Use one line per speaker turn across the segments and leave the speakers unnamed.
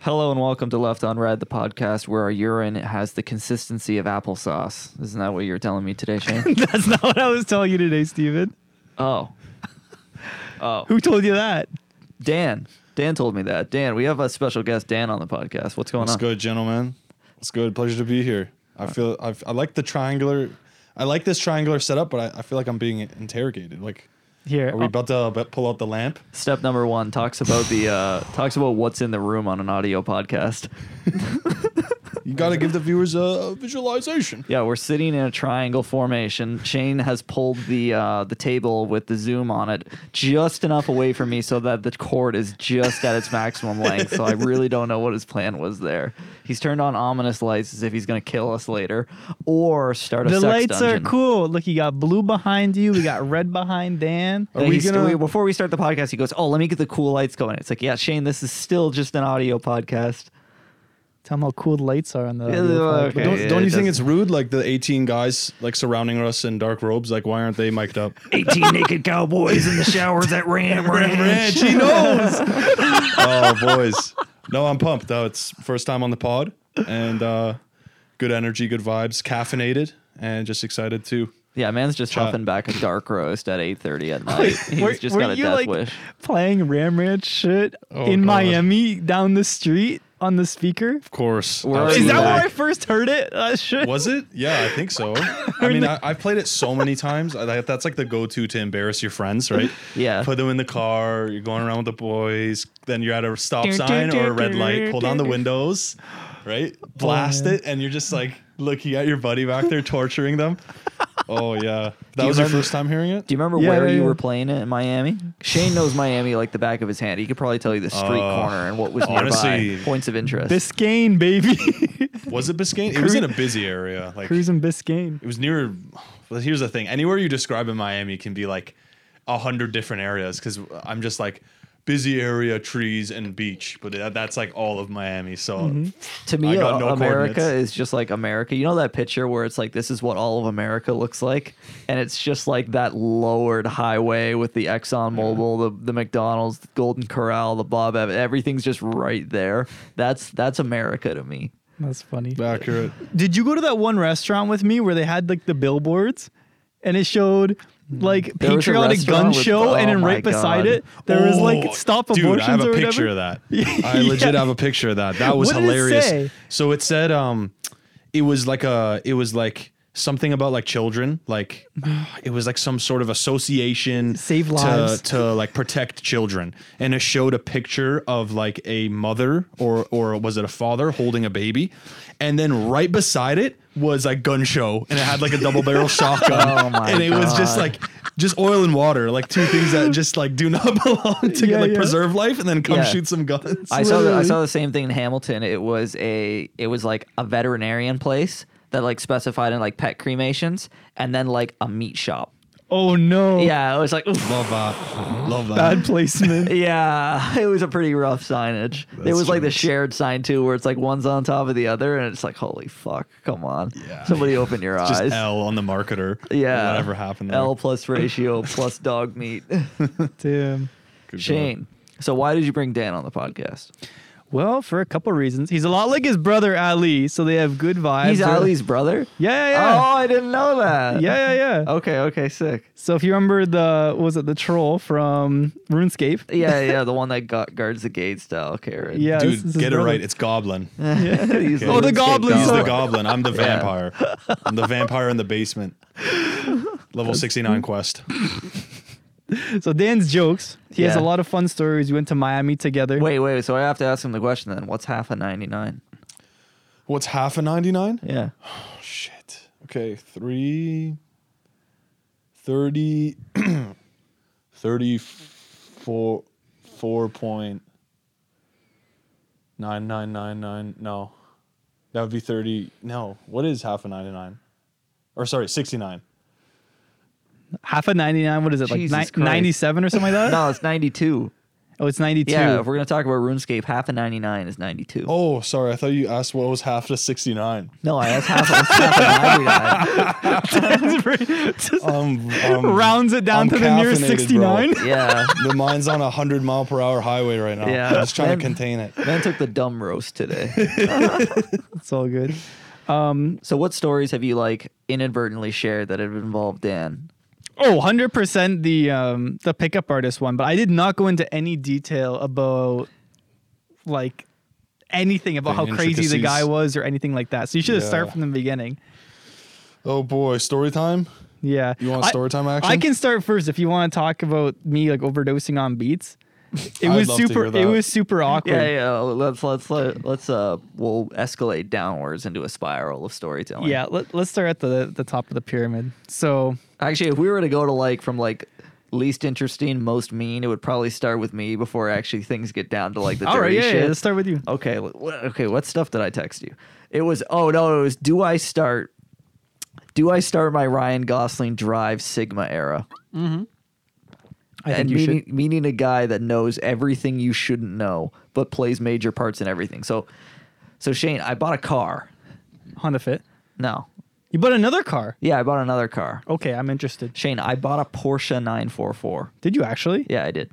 Hello and welcome to Left on Red, the podcast where our urine has the consistency of applesauce. Isn't that what you're telling me today, Shane?
That's not what I was telling you today, Steven.
oh. Oh.
Who told you that?
Dan. Dan told me that. Dan, we have a special guest, Dan, on the podcast. What's going
What's
on?
good, gentlemen? What's good? Pleasure to be here. I feel i I like the triangular. I like this triangular setup, but I, I feel like I'm being interrogated. Like,
Here,
are we
I'll-
about to b- pull out the lamp?
Step number one talks about the uh, talks about what's in the room on an audio podcast.
You got to give the viewers a, a visualization.
Yeah, we're sitting in a triangle formation. Shane has pulled the uh, the table with the zoom on it just enough away from me so that the cord is just at its maximum length. So I really don't know what his plan was there. He's turned on ominous lights as if he's going to kill us later or start a
the
sex
lights
dungeon.
are cool. Look, you got blue behind you. We got red behind Dan.
Are
Then
we
he's-
gonna-
we- before we start the podcast, he goes, "Oh, let me get the cool lights going." It's like, yeah, Shane, this is still just an audio podcast.
Tell them how cool the lights are on the.
Yeah,
audio
okay.
platform.
Don't,
it
don't you think
doesn't-
it's rude? Like the 18 guys like surrounding us in dark robes. Like, why aren't they mic'd up?
18 naked cowboys in the showers at Ram
Ranch, he knows. oh, boys. No, I'm pumped. though. it's first time on the pod, and uh, good energy, good vibes, caffeinated, and just excited to.
Yeah, man's just huffing back a dark roast at 8:30 at night. He's
were,
just
were
got a
you
death
like
wish.
playing Ram Ranch shit
Oh,
in
God.
Miami down the street on the speaker?
Of course.
Where are
Is
you
that
back?
where I first heard it? Uh, shit.
Was it? Yeah, I think so. I mean, I, I've played it so many times. I, that- that's like the go-to to embarrass your friends, right?
Yeah.
Put them in the car. You're going around with the boys. Then you're at a stop sign or a red light. Pull down the windows, right? Blast it, and you're just like looking at your buddy back there, torturing them. Oh yeah, that was your
remember-
first time hearing it.
Do you remember
Yeah,
where
yeah,
you
yeah.
were playing it in Miami? Shane knows Miami like the back of his hand. He could probably tell you the street
Uh,
corner and what was nearby,
honestly,
points of interest.
Biscayne, baby.
Was it Biscayne? It was in a busy area. Like
Cruising Biscayne.
it was near. Well, here's the thing: anywhere you describe in Miami can be like a hundred different areas because I'm just like busy area, trees, and beach. But that, that's like all of Miami. So
to me,
I got no
America
coordinates.
is just like America. You know that picture where it's like this is what all of America looks like, and it's just like that lowered highway with the Exxon Mobil, the the McDonald's, the Golden Corral, the Bob Evans. Everything's just right there. That's that's America to me.
That's funny.
accurate.
Did you go to that one restaurant with me where they had like the billboards and it showed like
There was a
patriotic gun
restaurant with-
show and
oh
then right
my
beside
God. Oh,
it there was like stop abortions
Oh, Dude, I have a
or whatever.
picture of that. I legit have a picture of that. That was
What did it
hilarious.
say?
So it said, um, it was like a, it was like something about like children, like it was like some sort of association
Save
to-
lives.
to like protect children, and it showed a picture of like a mother or or was it a father holding a baby, and then right beside it was a gun show, and it had like a double barrel shotgun,
Oh my
and it was just
God.
like. Just oil and water, like two things that just like do not belong to
Yeah,
like
yeah.
preserve life, and then come
Yeah.
shoot some guns.
I saw the, I
Literally.
saw the same thing in Hamilton. It was a it was like a veterinarian place that like specified in like pet cremations, and then like a meat shop.
Oh no.
Yeah, it was like. oof.
Love that. Love
Bad placement.
Yeah, it was a pretty rough signage. it was like the
true.
shared sign too, where it's like one's on top of the other, and it's like, holy fuck, come on,
Yeah.
somebody open your
Just
eyes.
L on the marketer.
yeah,
Whatever happened there.
L plus ratio plus dog meat.
Damn.
Good
Shane, so why did you bring Dan on the podcast?
Well, for a couple reasons. He's a lot like his brother Ali, so they have good vibes.
He's
They're-
Ali's brother.
Yeah, yeah,
Oh, I didn't know
yeah.
that.
Yeah, yeah, yeah.
Okay. Okay. Sick.
So if you remember the what was it the troll from RuneScape?
Yeah, yeah, the one that gu- guards the gate style, Karen.
Yeah.
Dude,
this is his
get it
brother.
right. It's Goblin. He's
He's
Oh, the
landscape
goblin,
dog.
so-
the Goblin. I'm the vampire. I'm the vampire in the basement. Level 69 quest.
So Dan's jokes. He has
Yeah.
a lot of fun stories. We went to Miami together.
Wait, wait. So I have to ask him the question then. What's half a ninety-nine?
What's half a 99?
Yeah.
Oh, shit. Okay, three, 30, 34, 4.9999. No, that would be 30. No, what is half a 99? Or sorry, 69.
half of 99 what is it
Jesus
like
Christ.
ni- 97 or something like that
No, it's ninety-two.
oh it's 92
Yeah, if we're gonna talk about RuneScape, half a ninety-nine is ninety-two.
Oh, sorry. I thought you asked what was half to 69.
No, I that's half, that's half a ninety-nine.
That's pretty- just
um, um,
rounds it down
I'm
to the nearest
caffeinated, bro.
69.
Yeah.
The mine's on a hundred mile per hour highway right now.
Yeah.
I'm just trying
Man.
to contain it.
Man took the dumb roast today.
It's all good.
So what stories have you like inadvertently shared that have involved Dan?
Oh, 100% the um the pickup artist one, but I did not go into any detail about like anything about
The
how crazy the guy
intricacies.
was or anything like that. So you should have started
Yeah.
from the beginning.
Oh boy, story time.
Yeah.
You want
I-
story time
I
action?
can start first if you want to talk about me like overdosing on beats. It
I'd
was
love to
super
hear that.
it was super awkward.
Yeah, yeah. Let's let's let, let's uh we'll escalate downwards into a spiral of storytelling.
Yeah, let, let's start at the the top of the pyramid. So
Actually, if we were to go to like from like least interesting, most mean, it would probably start with me before actually things get down to like the
all right,
dirty
yeah,
shit.
yeah, let's start with you.
Okay, wh- okay. What stuff did I text you? It was oh no, it was do I start? Do I start my Ryan Gosling drive Sigma era?
I think
and
you
meaning,
should.
meaning a guy that knows everything you shouldn't know, but plays major parts in everything. So, so Shane, I bought a car.
Honda Fit.
No,
You bought another car.
yeah, I bought another car.
Okay, I'm interested.
Shane, I bought a Porsche 944.
Did you actually?
Yeah, I did.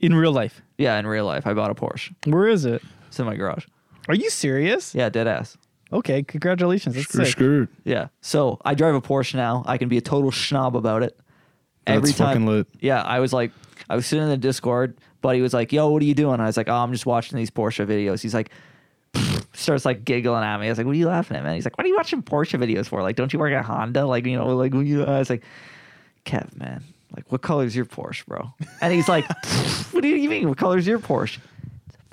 In real life.
Yeah, in real life, I bought a Porsche.
Where is it?
It's in my garage.
Are you serious?
Yeah, dead ass.
Okay, congratulations. That's sick.
screwed.
Yeah. So I drive a Porsche now. I can be a total schnob about it. Every
That's
time,
fucking lit.
Yeah, I was like, I was sitting in the Discord. Buddy was like, "Yo, what are you doing?" I was like, "Oh, I'm just watching these Porsche videos." He's like, starts like giggling at me. I was like, "What are you laughing at, man?" He's like, "What are you watching Porsche videos for? Like, don't you work at Honda? Like, you know, like when you?" I was like, "Kev, man, like, what color's your Porsche, bro?" And he's like, "What do you mean? What color's your Porsche?"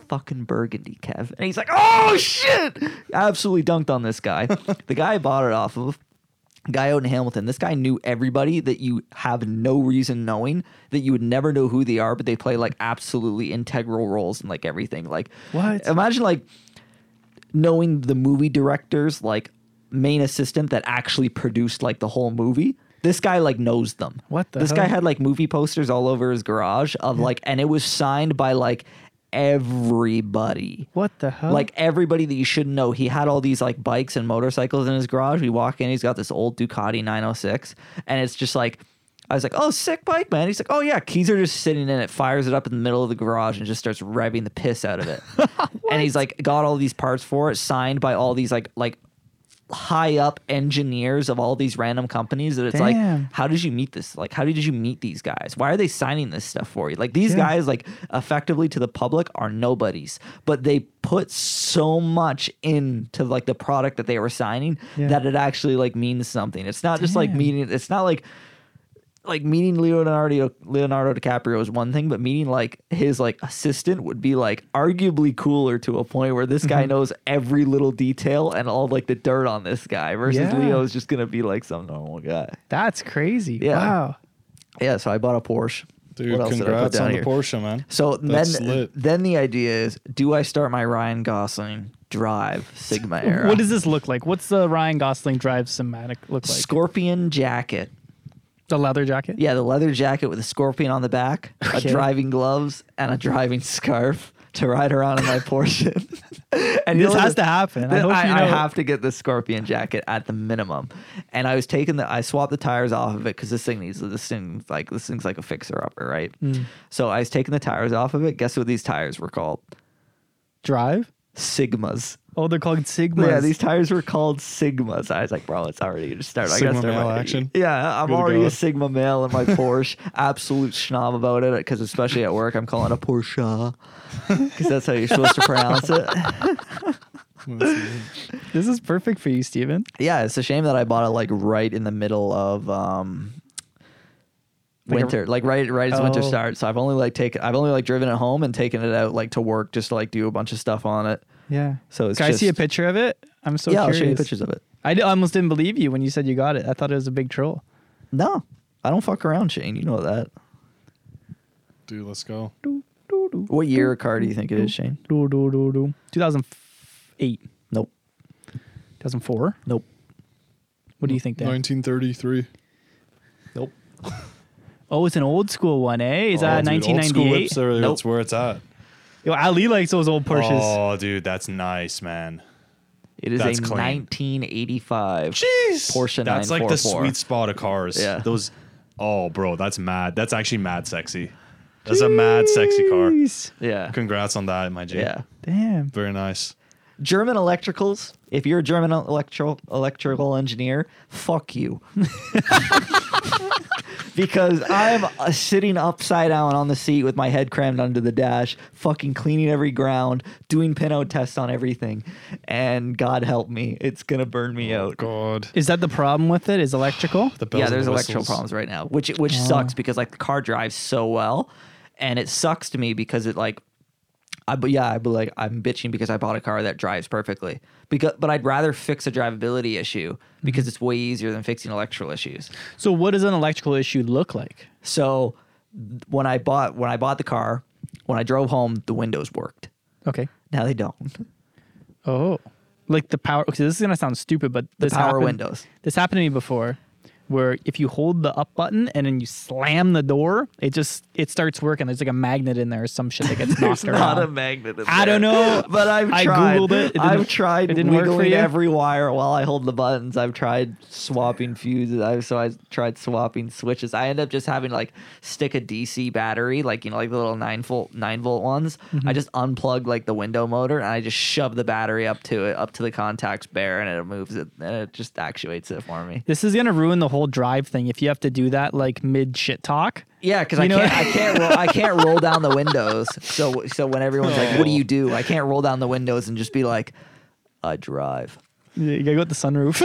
fucking burgundy, Kev. And he's like, oh shit! Absolutely dunked on this guy. the guy I bought it off of, guy out in Hamilton, this guy knew everybody that you have no reason knowing, that you would never know who they are, but they play like absolutely integral roles in like everything. Like,
What?
Imagine like knowing the movie director's like main assistant that actually produced like the whole movie. This guy like knows them.
What the
This guy
hell?
had like movie posters all over his garage of like, and it was signed by like everybody.
What the hell?
Like everybody that you should know. He had all these like bikes and motorcycles in his garage. We walk in, he's got this old Ducati 906, and it's just like, I was like, oh, sick bike, man. He's like, oh, yeah. Keys are just sitting in it, fires it up in the middle of the garage and just starts revving the piss out of it. and he's like, got all these parts for it, signed by all these like, like, high up engineers of all these random companies that it's
Damn.
like how did you meet this like how did you meet these guys why are they signing this stuff for you like these
Yeah.
guys like effectively to the public are nobodies but they put so much into like the product that they were signing
Yeah.
that it actually like means something it's not just like
Damn.
meeting it's not like like meeting Leonardo Leonardo DiCaprio is one thing, but meeting like his like assistant would be like arguably cooler to a point where this
Mm-hmm.
guy knows every little detail and all like the dirt on this guy versus
Yeah.
Leo is just gonna be like some normal guy.
That's crazy.
Yeah.
Wow.
Yeah, so I bought a Porsche.
Dude, congrats on the Porsche, man.
So
That's
then
lit.
then the idea is do I start my Ryan Gosling drive Sigma era?
What does this look like? What's the Ryan Gosling drive somatic look like?
Scorpion jacket.
the leather jacket?
Yeah, the leather jacket with a scorpion on the back,
Okay.
a driving gloves, and a driving scarf to ride around in my Porsche. and you
This
know
has
the-
to happen. I
the-
hope
I,
you
I
know.
have to get the scorpion jacket at the minimum. And I was taking the, I swapped the tires off of it because this thing needs this thing like this thing's like a fixer upper, right? So I was taking the tires off of it. Guess what these tires were called?
Drive?
Sigmas.
Oh, they're called Sigmas.
Yeah, these tires were called Sigmas. I was like, bro, it's already just start. I
Sigma
gotta start
male
my-
action.
Yeah, I'm
Good to
already
go.
a Sigma male in my Porsche. Absolute schnob about it because especially at work, I'm calling it a Porsche because that's how you're supposed to pronounce it.
this is perfect for you, Steven.
Yeah, it's a shame that I bought it like right in the middle of um,
Like a-
winter, like right right as winter
Oh.
starts. So I've only like taken, I've only like driven it home and taken it out like to work just to like do a bunch of stuff on it.
Yeah.
So it's
Can I see a
just-
picture of it? I'm so
yeah,
curious.
I'll show you pictures of it.
I d- almost didn't believe you when you said you got it. I thought it was a big troll.
No, I don't fuck around, Shane. You know that.
Dude, let's go.
What year of car do you think it is, Shane?
Do, do, do, do. 2008,
Nope.
2004.
Nope.
What do you think, Dan?
1933.
Nope.
Oh, it's an old school one, eh? Is that
Oh, dude, Old school
1998?
whips are,
Nope.
That's where it's at.
Yo, Ali likes those old Porsches.
Oh, dude, that's nice, man.
It is
That's
a
clean.
1985
Jeez,
Porsche
That's like the
944.
sweet spot of cars.
Yeah.
those. Oh, bro, that's mad. That's actually mad sexy. That's a mad sexy car.
Jeez.
Yeah.
Congrats on that, my G.
Yeah.
Damn.
very nice.
German electricals. If you're a German electro- electrical engineer, fuck you. because I'm uh, sitting upside down on the seat with my head crammed under the dash, fucking cleaning every ground, doing pinout tests on everything. And God help me, it's going to burn me out.
God,
Is that the problem with it? Is electrical?
the bells
yeah,
and
there's
the
electrical
whistles.
problems right now, which which sucks because like the car drives so well, and it sucks to me because it like, I but yeah, I but like I'm bitching because I bought a car that drives perfectly because but I'd rather fix a drivability issue because it's way easier than fixing electrical issues.
So what does an electrical issue look like?
So th- when I bought when I bought the car, when I drove home, the windows worked.
Okay.
Now they don't.
Oh, like the power. Okay, this is gonna sound stupid, but this
power
happened,
windows.
This happened to me before, where if you hold the up button and then you slam the door, it just it starts working. There's like a magnet in there or some shit that gets knocked
Not a
around.
magnet. in
I
there.
don't know,
but I've
I
tried.
Googled it. It didn't-
I've tried
it didn't work for
wiggling
you?
every wire while I hold the buttons. I've tried swapping fuses. I've so I tried swapping switches. I end up just having to, like stick a DC battery, like you know, like the little nine volt nine volt ones.
Mm-hmm.
I just unplug like the window motor and I just shove the battery up to it, up to the contacts bare, and it moves it, and it just actuates it for me.
this is gonna ruin the whole drive thing if you have to do that like mid shit talk.
Yeah, because
You
I
know-
can't, I can't, roll, I can't roll down the windows. So, so when everyone's like, "What do you do?" I can't roll down the windows and just be like, "I drive."
You gotta go with the sunroof.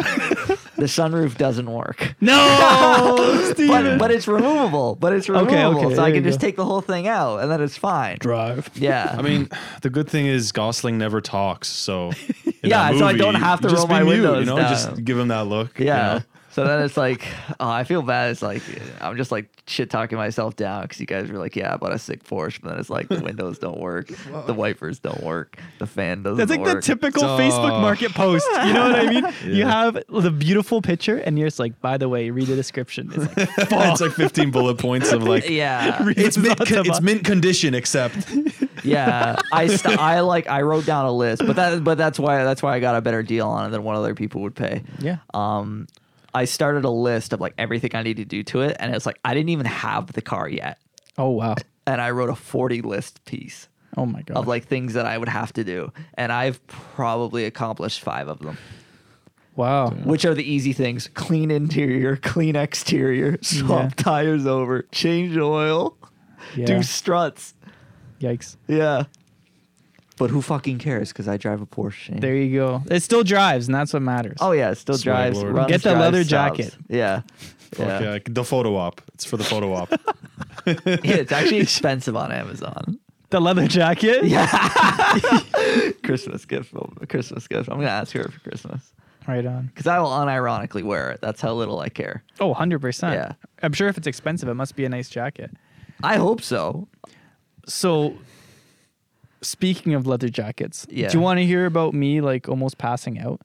The sunroof doesn't work.
no,
But,
Steven.
but it's removable. But it's removable.
okay,
so
there
I can
you
just
go.
take the whole thing out and then it's fine.
drive.
Yeah.
I mean, the good thing is Gosling never talks, so in
Yeah,
that
so I
movie,
don't have to
just
roll
be
my
mute,
windows
You know,
down.
just give him that look. you
yeah.
know?
So then it's like, oh, I feel bad. It's like I'm just like shit talking myself down because you guys were like, yeah, I bought a sick Porsche, but then it's like the windows don't work, the wipers don't work, the fan doesn't
That's like
work.
the typical
Oh.
Facebook market post. You know what I mean? You have the beautiful picture, and you're just like, by the way, read the description. It's like,
it's like 15 bullet points of like.
Yeah.
It's mint,
Not to
it's
buy-
mint condition, except
Yeah, I st- I like I wrote down a list, but that but that's why that's why I got a better deal on it than what other people would pay.
Yeah.
Um, I started a list of like everything I need to do to it, and it's like I didn't even have the car yet,
oh wow,
and I wrote a forty list piece
oh my god.
of like things that I would have to do, and I've probably accomplished five of them,
wow.
which are the easy things: clean interior, clean exterior, swap
Yeah.
tires over, change oil,
Yeah.
do struts.
Yikes.
Yeah. But who fucking cares? Because I drive a Porsche. Shane.
There you go. It still drives, and that's what matters.
Oh yeah, it still
Swag
drives.
lord.
runs,
Get the
drives,
leather
stops.
jacket.
Yeah.
Fuck
Yeah.
yeah, the photo op. It's for the photo op.
Yeah, it's actually expensive on Amazon.
the leather jacket. Yeah.
Christmas gift, well, Christmas gift. I'm gonna ask her for Christmas
Right on.
because I will unironically wear it. That's how little I care.
Oh, 100 percent.
Yeah.
I'm sure if it's expensive, it must be a nice jacket.
I hope so.
So, speaking of leather jackets,
Yeah.
do you want to hear about me like almost passing out?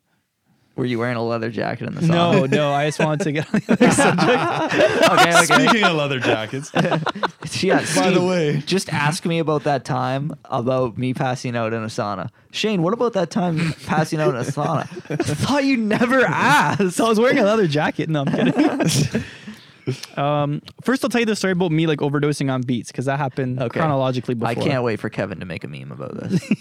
Were you wearing a leather jacket in the song?
No, no. I just wanted to get on the other subject.
okay, okay.
Speaking of leather jackets,
Yeah,
by the
Steve,
way.
just ask me about that time about me passing out in a sauna. Shane, what about that time you passing out in a sauna? I thought you never asked.
So I was wearing a leather jacket. No, I'm kidding. um, first, I'll tell you the story about me like overdosing on beats because that happened
Okay.
chronologically before.
I can't wait for Kevin to make a meme about this.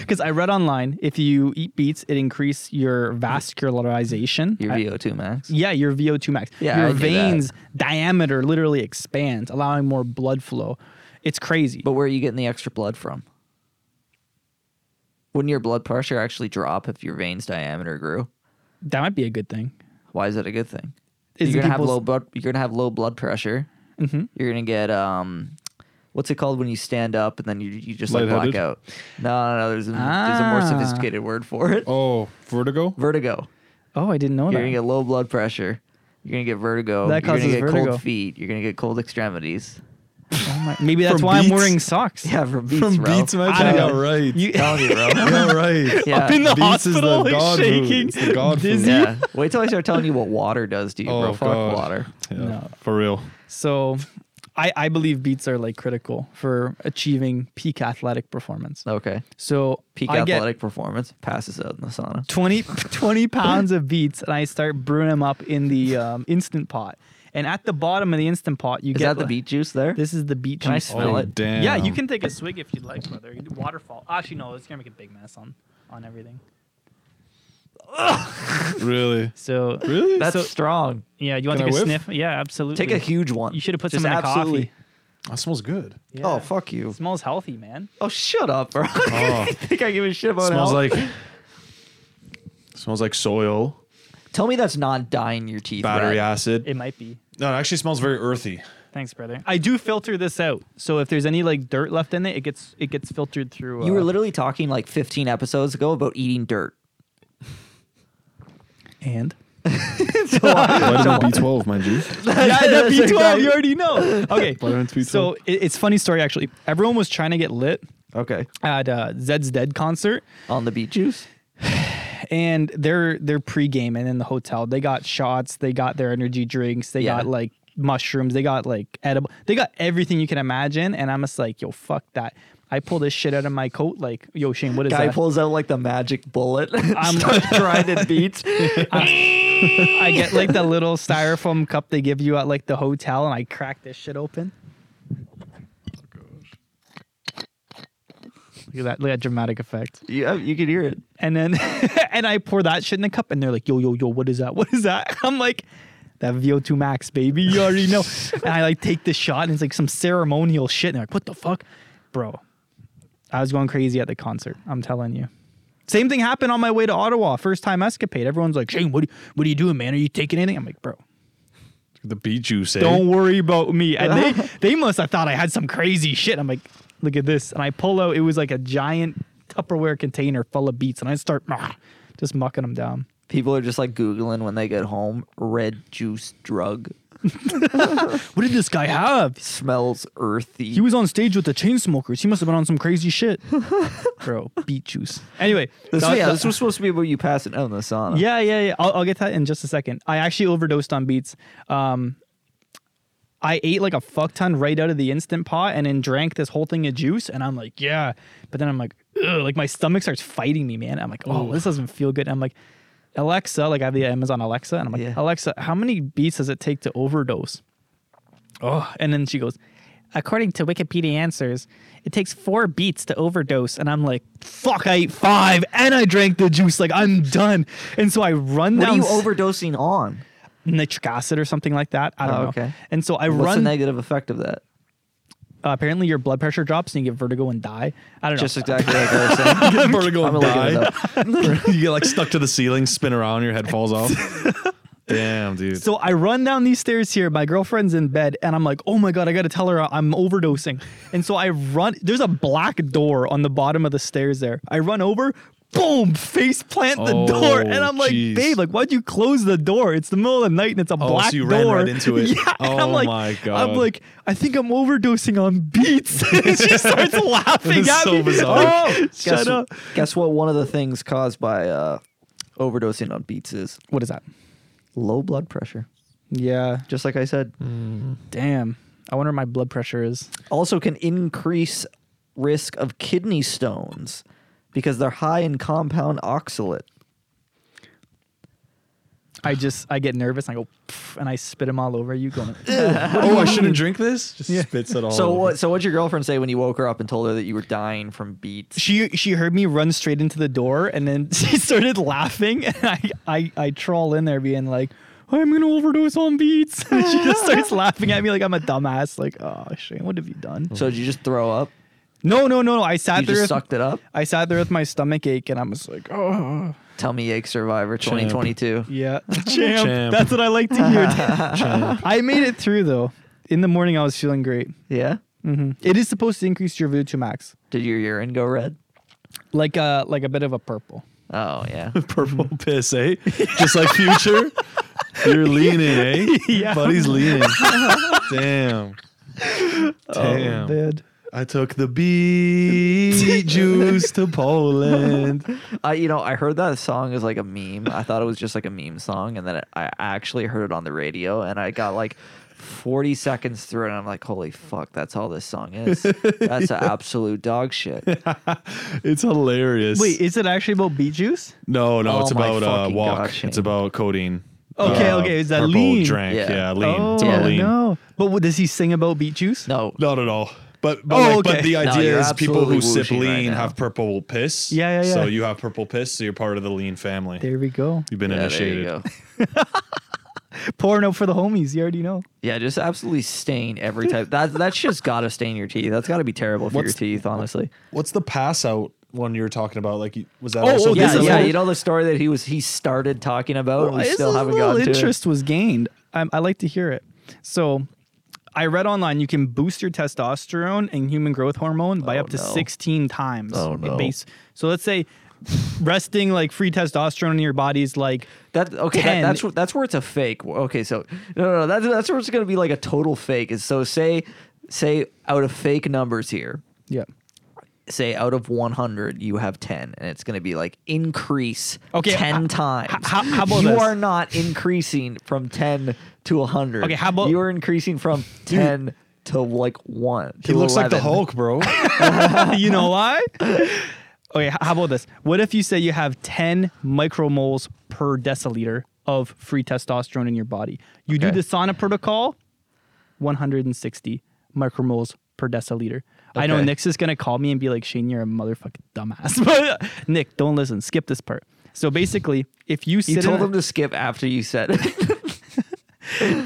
because I read online if you eat beets, it increase your vascularization.
Your
I-
VO2 max.
yeah, your VO2 max.
Yeah,
your
I do that.
veins diameter literally expands, allowing more blood flow. It's crazy.
But where are you getting the extra blood from? Wouldn't your blood pressure actually drop if your veins diameter grew?
that might be a good thing.
Why is that a good thing?
Is
you're
the
gonna have
people's- Mm-hmm.
low blood. You're gonna have low blood pressure. You're gonna get um, what's it called when you stand up and then you you just like black
Lightheaded?
out? No, no, no. There's a, there's a more
Ah.
sophisticated word for it.
oh, vertigo.
Vertigo.
Oh, I didn't know
You're
that.
gonna get low blood pressure. You're gonna get vertigo.
That
you're
causes
gonna get
vertigo.
cold feet. You're gonna get cold extremities.
Oh my- maybe that's
From
why I'm
Beats?
wearing socks.
Yeah, from beats,
From
bro.
Beats, my
I
Yeah,
know.
right.
You-
Telling you, bro.
yeah, right.
Yeah.
Up in the
Beats is
hospital,
the
like,
god food.
shaking,
It's the god food.
dizzy.
Yeah. Wait till I start telling you what water does to you,
Oh,
bro. Fuck
God.
water.
Yeah,
No.
For real.
So I, I believe beats are like critical for achieving peak athletic performance.
Okay.
So
Peak
I get
athletic performance passes out in the sauna.
20, 20 pounds of beets and I start brewing them up in the um, instant pot. And at the bottom of the instant pot, you
Is
get
that the
like-
beet juice there?
This is the beet
Can I
juice.
smell
Oh,
it?
damn.
Yeah, you can take a swig if you'd like, brother. You do Waterfall. Actually, no, it's gonna make a big mess on on everything.
Really?
So
Really?
That's
So-
strong.
yeah, you want
Can
to take
I
a
whiff?
sniff? Yeah, absolutely.
Take a huge one.
You should have put
Just
some in the
absolutely-
coffee.
That smells good.
Yeah.
Oh fuck you.
It smells healthy, man.
Oh shut up, bro.
Oh.
I think I give a shit about
smells
health?
like smells like soil,
Tell me that's not dyeing your teeth.
battery
red.
acid.
It might be.
No, it actually smells very earthy.
Thanks, brother. I do filter this out, so if there's any like dirt left in it, it gets it gets filtered through.
You
uh,
were literally talking like 15 episodes ago about eating dirt.
and
Vitamin B12, mind you.
yeah, that
That's
B12,
exactly-
you already know. Okay,
Vitamin B12.
so it, it's funny story actually. Everyone was trying to get lit
Okay.
at uh, Zed's Dead concert,
On the beet juice.
and they're they're pre-gaming in the hotel. They got shots, they got their energy drinks, they
Yeah.
got like mushrooms, they got like edible, they got everything you can imagine. And I'm just like, yo, fuck that. I pull this shit out of my coat, like, yo, Shane, what is
Guy
that?
pulls out like the magic bullet. I'm grinding beats.
I get like the little styrofoam cup they give you at like the hotel, and I crack this shit open. Look at that, look at that dramatic effect.
yeah, you can hear it.
And then and I pour that shit in a cup and they're like, yo, yo, yo, what is that? What is that? I'm like, that VO2 max, baby. You already know. and I like take the shot and it's like some ceremonial shit. And they're like, what the fuck? Bro, I was going crazy at the concert. I'm telling you. Same thing happened on my way to Ottawa, first time escapade. Everyone's like, Shane, what are, what are you doing, man? Are you taking anything? I'm like, bro,
The beet juice. eh?
don't worry about me. And they, they must have thought I had some crazy shit. I'm like, look at this. And I pull out, it was like a giant Tupperware container full of beets. And I start ah, just mucking them down.
People are just like Googling when they get home red juice drug.
What did this guy have?
Smells earthy.
He was on stage with the chain smokers. He must have been on some crazy shit. Bro, beet juice. Anyway.
this,
that-
yeah,
that-
this was supposed to be about you passing out in oh, the sauna.
yeah, yeah, yeah. I'll, I'll get to that in just a second. I actually overdosed on beets. Um, I ate like a fuck ton right out of the instant pot and then drank this whole thing of juice. And I'm like, yeah. But then I'm like, Ugh, like my stomach starts fighting me, man. I'm like, oh, this doesn't feel good. And I'm like, Alexa, like I have the Amazon Alexa. And I'm like,
Yeah.
Alexa, how many beets does it take to overdose? Oh, and then she goes, according to Wikipedia answers, it takes four beats to overdose. And I'm like, fuck, I ate five and I drank the juice. Like, I'm done. And so I run
What are
down
you
s-
overdosing on?
nitric acid or something like that. I don't
Oh,
know.
okay.
And so I
What's the
run.
negative effect of that?
uh, apparently, your blood pressure drops and you get vertigo and die. I don't
Just
know.
exactly like I was saying.
Vertigo
I'm
and
gonna look it
die.
up.
you get like stuck to the ceiling, spin around, your head falls off. Damn, dude.
So I run down these stairs here. My girlfriend's in bed, and I'm like, oh my God, I got to tell her I'm overdosing. And so I run. There's a black door on the bottom of the stairs there. I run over. Boom! Face plant the
Oh,
door, and I'm like,
jeez. Oh,
"Babe, like, why'd you close the door? It's the middle of the night, and it's a
so
black
you
door."
ran right into it.
Yeah, and I'm
Oh
like,
my
I'm
God.
like, I think I'm overdosing on beats. she starts laughing
It's
at
so
me.
bizarre.
Oh, shut
guess,
up!
guess what? One of the things caused by uh, overdosing on beets is
What is that?
low blood pressure.
Yeah,
Just like I said,
damn. I wonder what my blood pressure is.
also can increase risk of kidney stones because they're high in compound oxalate.
I just I get nervous and I go "Pff," and I spit them all over you going
oh, I shouldn't drink this. Just spits it all.
So
over.
what? So what'd your girlfriend say when you woke her up and told her that you were dying from beets?
she she heard me run straight into the door and then she started laughing and I I, I trawl in there being like I'm gonna overdose on beats and she just starts laughing at me like I'm a dumbass like oh Shane what have you done
So did you just throw up?
no no no no I sat
Oh. You
there
just
with,
sucked it up.
I sat there with my stomach ache and I'm just like oh
Tummy ache survivor 2022.
yeah champ,
Champ.
that's what I like to hear I made it through though in the morning I was feeling great
Yeah.
Mhm. It is supposed to increase your VO2 max.
Did your urine go red?
like a like a bit of a purple.
Oh yeah.
purple piss, eh? Just like future. You're leaning, eh?
Yeah.
Buddy's leaning. Damn.
Oh,
Damn.
Oh, man.
I took the bee juice to Poland.
I you know I heard that song as like a meme. I thought it was just like a meme song, and then it, I actually heard it on the radio, and I got like 40 seconds through, and I'm like, holy fuck, that's all this song is. That's a absolute dog shit.
It's hilarious.
Wait, is it actually about beet juice?
no, no,
Oh
it's
my
about uh,
fucking
walk.
God, Shane.
it's about codeine.
Okay,
Uh,
okay, is that
purple
lean?
Drink,
Yeah.
yeah, lean.
Oh,
it's about
yeah.
lean.
no. But what, does he sing about beet juice?
No,
Not at all. But but,
Oh,
like,
okay.
but the
No,
idea
you're
is people who
absolutely
sip
woozy right
lean
now.
have purple piss.
Yeah, yeah,
So
yeah.
you have purple piss, so you're part of the lean family.
There we go.
You've been
yeah, there
initiated.
you go.
Porno for the homies. You already know.
Yeah, just absolutely stain every type. That that's just gotta stain your teeth. That's gotta be terrible for your
What's-
teeth, honestly.
What's the pass out one you were talking about? Like, you- was that
Oh,
also
oh,
Yeah,
this is
yeah.
all-
You know the story that he was he started talking about. and we
This
still
is a
haven't
little
gotten to. It.
interest was gained. I, I like to hear it. So, I read online you can boost your testosterone and human growth hormone by
Oh,
up to
no.
sixteen times.
Oh,
in
no.
Base. So let's say resting like free testosterone in your body is like
That okay? That,
10.
that's wh- that's where it's a fake. Okay, so no, no, no, that's that's where it's gonna be like a total fake. Is so say say out of fake numbers here,
yeah.
say out of 100 you have 10 and it's going to be like increase
Okay,
10
h-
times
h- how- how about
you
this?
are not increasing from 10 to 100
Okay, how about-
you're increasing from 10 to like 1
He
to
looks like the
11.
Hulk, bro.
you know why? Okay, h- how about this? What if you say you have 10 micromoles per deciliter of free testosterone in your body? You do
Okay.
the sauna protocol, 160 micromoles per deciliter. I know
Okay.
Nick's is going to call me and be like, Shane, you're a motherfucking dumbass. But uh, Nick, don't listen. Skip this part. So basically, if you sit
you told
in a-
him to skip after you said it.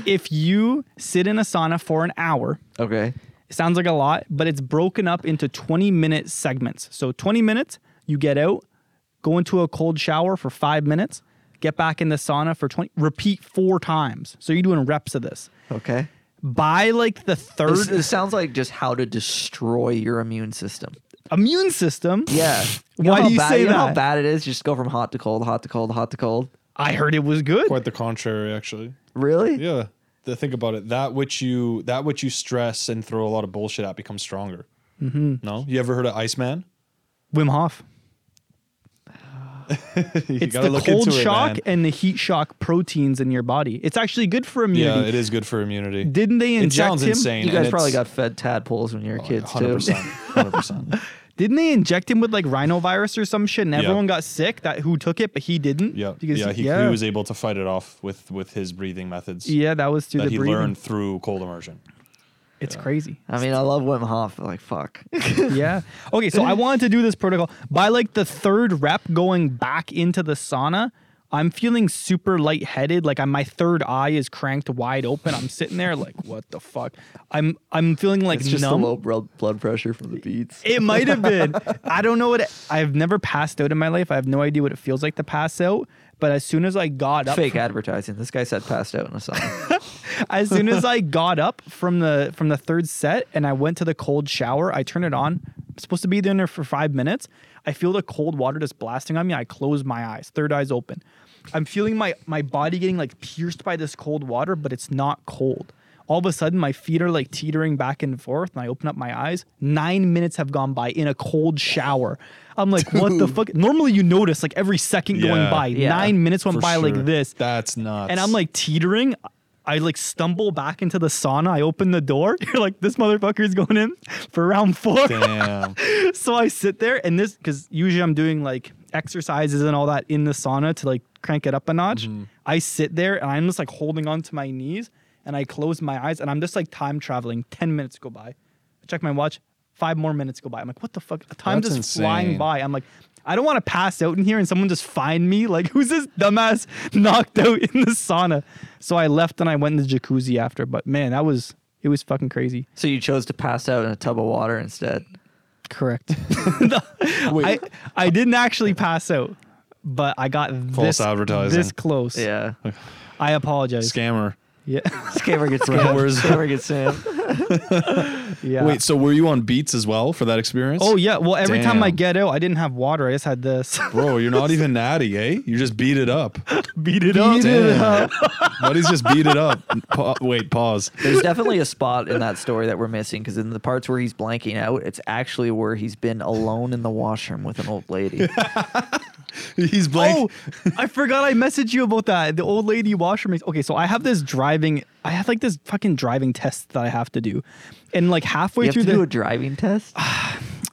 if you sit in a sauna for an hour,
okay
It sounds like a lot, but it's broken up into 20 minute segments. So 20 minutes, you get out, go into a cold shower for five minutes, get back in the sauna for 20, repeat four times. So you're doing reps of this.
okay
By like the third
this, this sounds like just how to destroy your immune system
immune system.
yeah
Why
know
do
how
you
bad,
say
you know how
that?
bad it is just go from hot to cold hot to cold hot to cold
I heard it was good.
Quite the contrary, actually.
really
Yeah. The, think about it. That which you that which you stress and throw a lot of bullshit at becomes stronger. Mm-hmm. No, you ever heard of Iceman?
Wim Hof.
you
It's
gotta
the cold
it,
shock
man.
and the heat shock proteins in your body. It's actually good for immunity.
yeah, it is good for immunity.
Didn't they
it
inject
sounds
him?
insane.
you
and
guys probably
it's- Oh,
got fed tadpoles when you were kids too
100%, 100%.
Didn't they inject him with like rhinovirus or some shit and everyone got sick that who took it but he didn't?
Yeah,
Because
yeah, he, he was able to fight it off with with his breathing methods
Yeah, that was through
that
the
he
breathing.
learned through cold immersion.
It's crazy.
I mean, I love Wim Hof. but, Like, fuck.
yeah. Okay, so I wanted to do this protocol. By like the third rep going back into the sauna, I'm feeling super lightheaded. Like I'm, my third eye is cranked wide open. I'm sitting there like, what the fuck? I'm I'm feeling like
It's just
numb.
the low bro- blood pressure from the beats.
It might have been. I don't know what it, I've never passed out in my life. I have no idea what it feels like to pass out. But as soon as I got up
Fake advertising. This guy said passed out in a song.
as soon as I got up from the from the third set and I went to the cold shower, I turned it on. I'm supposed to be there for five minutes. I feel the cold water just blasting on me. I close my eyes, third eyes open. I'm feeling my my body getting like pierced by this cold water, but it's not cold. All of a sudden, my feet are like teetering back and forth, and I open up my eyes. Nine minutes have gone by in a cold shower. I'm like, what the fuck? Normally, you notice like every second going
Yeah.
by.
Yeah.
Nine minutes went
For
by
sure.
like this
That's nuts.
and I'm like teetering. I like stumble back into the sauna. I open the door. You're like, this motherfucker's going in for round four.
damn.
so I sit there and this, because usually I'm doing like exercises and all that in the sauna to like crank it up a notch.
Mm-hmm.
I sit there and I'm just like holding on to my knees and I close my eyes and I'm just like time traveling. 10 minutes go by. I check my watch. Five more minutes go by. I'm like, what the fuck? Time
That's
just flying
insane.
by. I'm like, I don't want to pass out in here and someone just find me. Like, who's this dumbass knocked out in the sauna? So I left and I went in the jacuzzi after. But man, that was it was fucking crazy.
so you chose to pass out in a tub of water instead.
Correct. I I didn't actually pass out, but I got
False
this
advertising.
this close.
Yeah.
I apologize.
Scammer.
Yeah,
Scammer gets scammed. Scammer gets Sam.
yeah.
Wait, so were you on beats as well for that experience?
Oh yeah. Well, every time I
Damn.
get out, I didn't have water. I just had this.
Bro, you're not even natty, eh? You just beat it up.
Beat it up.
Damn. Buddy's just beat it up. Pa- wait, pause.
There's definitely a spot in that story that we're missing because in the parts where he's blanking out, it's actually where he's been alone in the washroom with an old lady.
He's blank.
Oh, I forgot I messaged you about that. The old lady washer makes. Okay, so I have this driving. I have like this fucking driving test that I have to do, and like halfway
You have
through
to do
the
a driving test.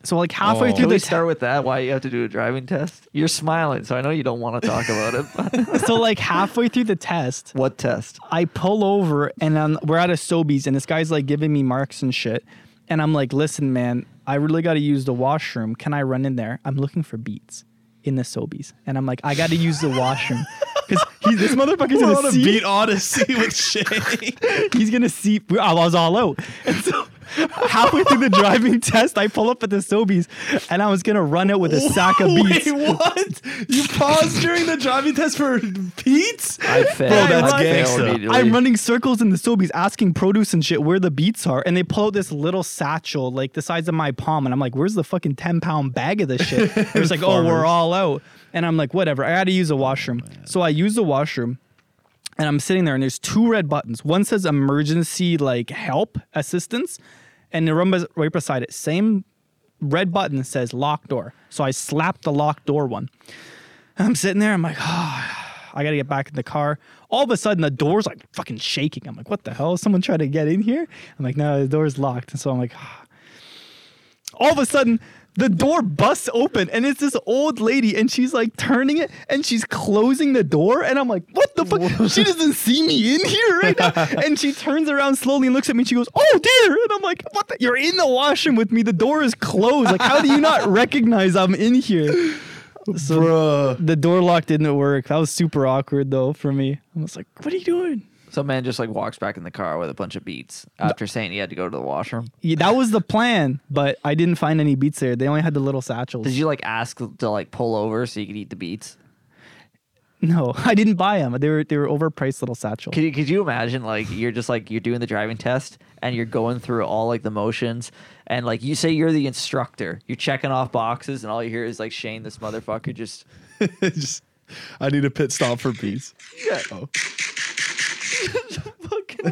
so like halfway
Oh.
through
Can we
the te-
start with that? Why you have to do a driving test? You're smiling, so I know you don't want to talk about it. but-
so like halfway through the test,
what test?
I pull over and I'm, we're at a Sobeys and this guy's like giving me marks and shit. And I'm like, listen, man, I really got to use the washroom. Can I run in there? I'm looking for beats in the Sobeys. And I'm like, I got to use the washroom. Because this motherfucker's
We're
going
on
to
a
see.
beat odyssey with Shane.
He's going to see. I was all out. And so halfway through the driving test, I pull up at the Sobeys and I was going to run out with a sack of beats.
Wait, what? You paused during the driving test for Pete's?
I failed.
that's
I failed
gangsta.
immediately.
I'm running circles in the Sobeys asking produce and shit where the beets are, and they pull out this little satchel like the size of my palm, and I'm like, "Where's the fucking ten pound bag of this shit?" They're just like, "Oh, we're all out," and I'm like, "Whatever, I got to use a washroom." so I use the washroom, and I'm sitting there, and there's two red buttons. One says emergency like help assistance, and the room is right beside it, same red button says lock door. So I slapped the lock door one. I'm sitting there. I'm like, I gotta get back in the car. All of a sudden, the door's like fucking shaking. I'm like, what the hell? Someone trying to get in here? I'm like, no, the door's locked. And so I'm like, "Ah." all of a sudden, the door busts open and it's this old lady and she's like turning it and she's closing the door. And I'm like, what the fuck? She doesn't see me in here right now. and she turns around slowly and looks at me and she goes, oh dear. And I'm like, what the? You're in the washroom with me. The door is closed. Like, how do you not recognize I'm in here? So
Bruh.
the door lock didn't work. That was super awkward though for me. I was like, "What are you doing?"
Some man just like walks back in the car with a bunch of beats after saying he had to go to the washroom.
Yeah, that was the plan, but I didn't find any beats there. They only had the little satchels.
Did you like ask to like pull over so you could eat the beats?
No, I didn't buy them. They were they were overpriced little satchels.
Could you, could you imagine like you're just like you're doing the driving test and you're going through all like the motions and like you say you're the instructor, you're checking off boxes and all you hear is like Shane, this motherfucker, just
Just- I need a pit stop for Pete's. Oh.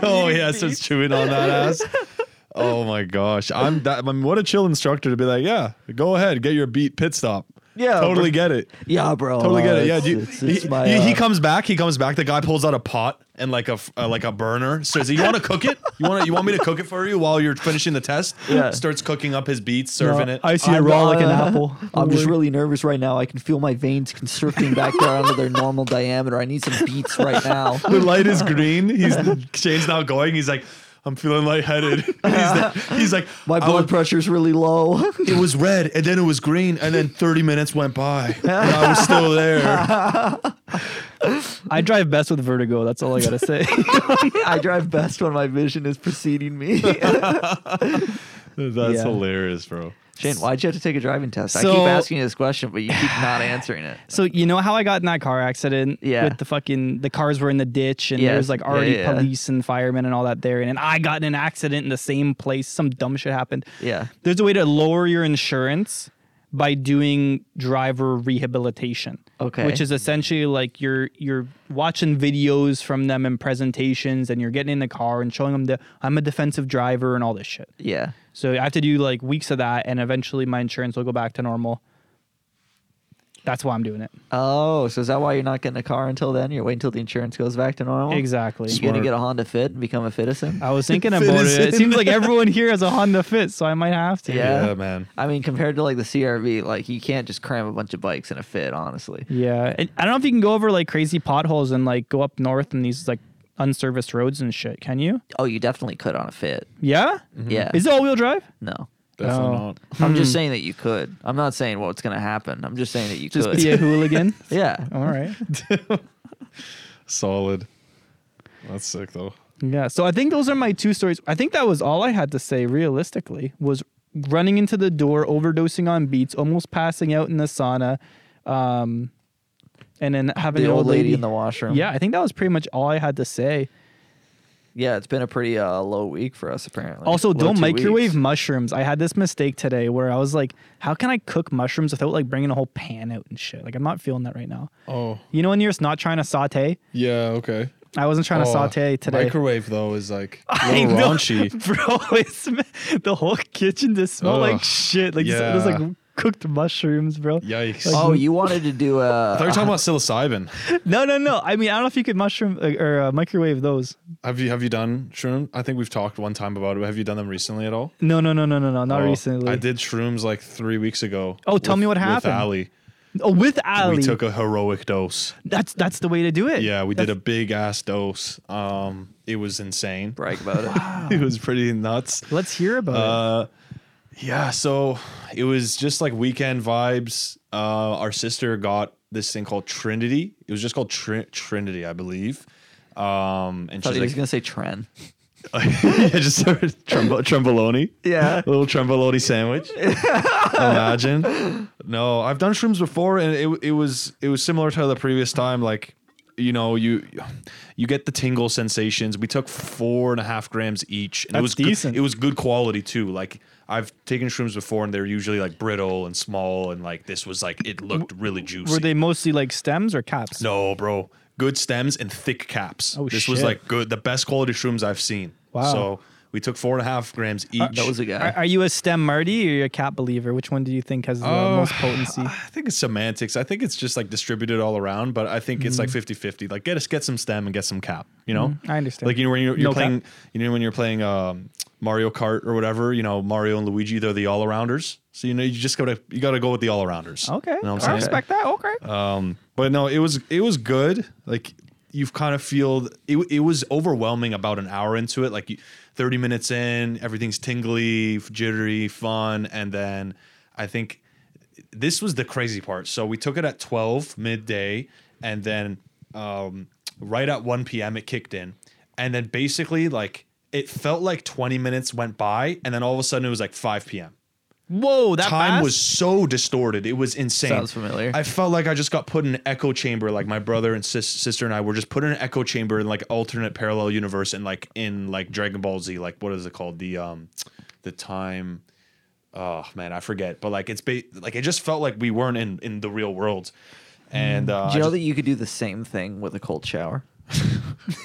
Oh yeah, starts chewing on that ass. Oh my gosh, I'm that. I mean, what a chill instructor to be like, yeah, go ahead, get your beat pit stop.
Yeah,
totally
bro.
get it.
yeah, bro,
Totally get
uh,
it. Yeah,
it's-
dude.
it's- it's
he,
my,
he- he
uh,
comes back. He comes back. The guy pulls out a pot and like a f- uh, like a burner. Says, "You want to cook it? You want you want me to cook it for you while you're finishing the test?"
Yeah.
Starts cooking up his beats,
No,
serving it.
Uh, I see it
I'm,
raw like an
uh,
apple.
I'm just
Word.
really nervous right now. I can feel my veins constricting back down to their normal diameter. I need some beats right now.
the light is green. He's Shane's not going. He's like, "I'm feeling lightheaded." he's, the- he's like,
My
"I
blood
was-
pressure's really low.
It was red, and then it was green, and then 30 minutes went by, and I was still there.
I drive best with vertigo. That's all I gotta say.
I drive best when my vision is preceding me.
That's
Yeah.
hilarious, bro.
Shane, why'd you have to take a driving test? I keep
So-
asking you this question, but you keep not answering it.
so you know how I got in that car accident?
Yeah.
With the fucking the cars were in the ditch and there
Yes.
was like
Yeah,
already
yeah, yeah.
police and firemen and all that there, and, and I got in an accident in the same place. Some dumb shit happened.
Yeah.
There's a way to lower your insurance by doing driver rehabilitation.
Okay.
Which is essentially like you're you're watching videos from them and presentations and you're getting in the car and showing them that I'm a defensive driver and all this shit.
Yeah.
So I have to do like weeks of that and eventually my insurance will go back to normal. That's why I'm doing it.
Oh, so is that why you're not getting a car until then? You're waiting until the insurance goes back to normal?
Exactly.
You're going to
Smart.
get a Honda Fit and become a Fittison?
I was thinking about it. It
Citizen.
seems like everyone here has a Honda Fit, so I might have to.
Yeah.
Yeah, man.
I mean, compared to like the CRV, like you can't just cram a bunch of bikes in a Fit, honestly.
Yeah, and I don't know if you can go over like crazy potholes and like go up north and these like unserviced roads and shit. Can you?
Oh, you definitely could on a Fit.
Yeah.
Yeah.
Mm-hmm. Is it all wheel drive?
no.
Definitely
Oh.
not.
I'm just saying that you could. I'm not saying what's going to happen. I'm just saying that you
Just
could.
be a hooligan.
yeah.
all right.
Solid. That's sick though.
Yeah. So I think those are my two stories. I think that was all I had to say. Realistically, was running into the door, overdosing on beats, almost passing out in the sauna, um, and then having
The
an
old lady in the washroom.
Yeah, I think that was pretty much all I had to say.
Yeah, it's been a pretty uh, low week for us apparently.
Also,
Low
don't
two
microwave
weeks.
mushrooms. I had this mistake today where I was like, how can I cook mushrooms without like bringing a whole pan out and shit? Like, I'm not feeling that right now.
Oh
You know, when you're just not trying to saute,
yeah, okay.
I wasn't trying to
Oh,
saute today.
Microwave though is like a
I
little
know.
raunchy.
Bro, it's, the whole kitchen just smelled
Ugh.
like shit. Like, yeah.
Yeah.
like cooked mushrooms, bro.
Yikes.
Oh, you wanted to do
I thought you
a
were talking about psilocybin.
No, no, no. I mean, I don't know if you could mushroom uh, or uh, microwave those.
Have you have you done shrooms? I think we've talked one time about it. Have you done them recently at all?
No, no, no, no, no, no. Not
Oh,
recently.
I did shrooms like three weeks ago.
Oh, tell me what happened.
With Ali.
Oh, with Ali.
We took a heroic dose.
that's that's the way to do it.
Yeah, we
that's,
did a big ass dose. Um, it was insane.
brag about it.
It was pretty nuts.
Let's hear about it.
Uh, yeah, so it was just like weekend vibes. Uh, our sister got this thing called Trinity. It was just called Tr- Trinity, I believe. Um, and
Thought
she's
he was
like,
gonna say Tren.
yeah, just trembo- tremboloni.
Yeah.
A little tremboloni sandwich. Imagine. No, I've done shrooms before, and it it was it was similar to the previous time. Like, you know, you you get the tingle sensations. We took four and a half grams each, and it
That's
was
decent.
Good, it was good quality too. Like. I've taken shrooms before, and they're usually like brittle and small, and like this was like it looked really juicy.
Were they mostly like stems or caps?
No, bro. Good stems and thick caps.
Oh,
this was
shit.
like good, the best quality shrooms I've seen.
Wow.
So we took four and a half grams each.
That was a
Are,
guy.
are you a stem Marty or you a cap believer? Which one do you think has the
Uh,
most potency?
I think it's semantics. I think it's just like distributed all around, but I think it's like 50 50. Like get us get some stem and get some cap, you know?
Mm-hmm. I understand.
Like you know when you're, you're
No cap.
playing you know when you're playing um, Mario Kart or whatever, you know, Mario and Luigi, they're the all arounders. So you know you just gotta you gotta go with the all arounders.
Okay,
You know what I'm
I
saying?
respect that. Okay,
Um, but no, it was it was good. Like you've kind of feel it. It was overwhelming about an hour into it. Like you, thirty minutes in, everything's tingly, jittery, fun, and then I think this was the crazy part. So we took it at twelve midday, and then um, right at one p.m. it kicked in, and then basically like it felt like twenty minutes went by, and then all of a sudden it was like five p.m
whoa, that
time
fast?
was so distorted. It was insane.
Sounds familiar.
I felt like I just got put in an echo chamber. Like my brother and sis- sister and I were just put in an echo chamber in like alternate parallel universe and like in like Dragon Ball Z. Like what is it called? The um, the time. Oh man, I forget. But like it's ba- like it just felt like we weren't in in the real world. And uh,
Mm. Do you know that you could do the same thing with a cold shower?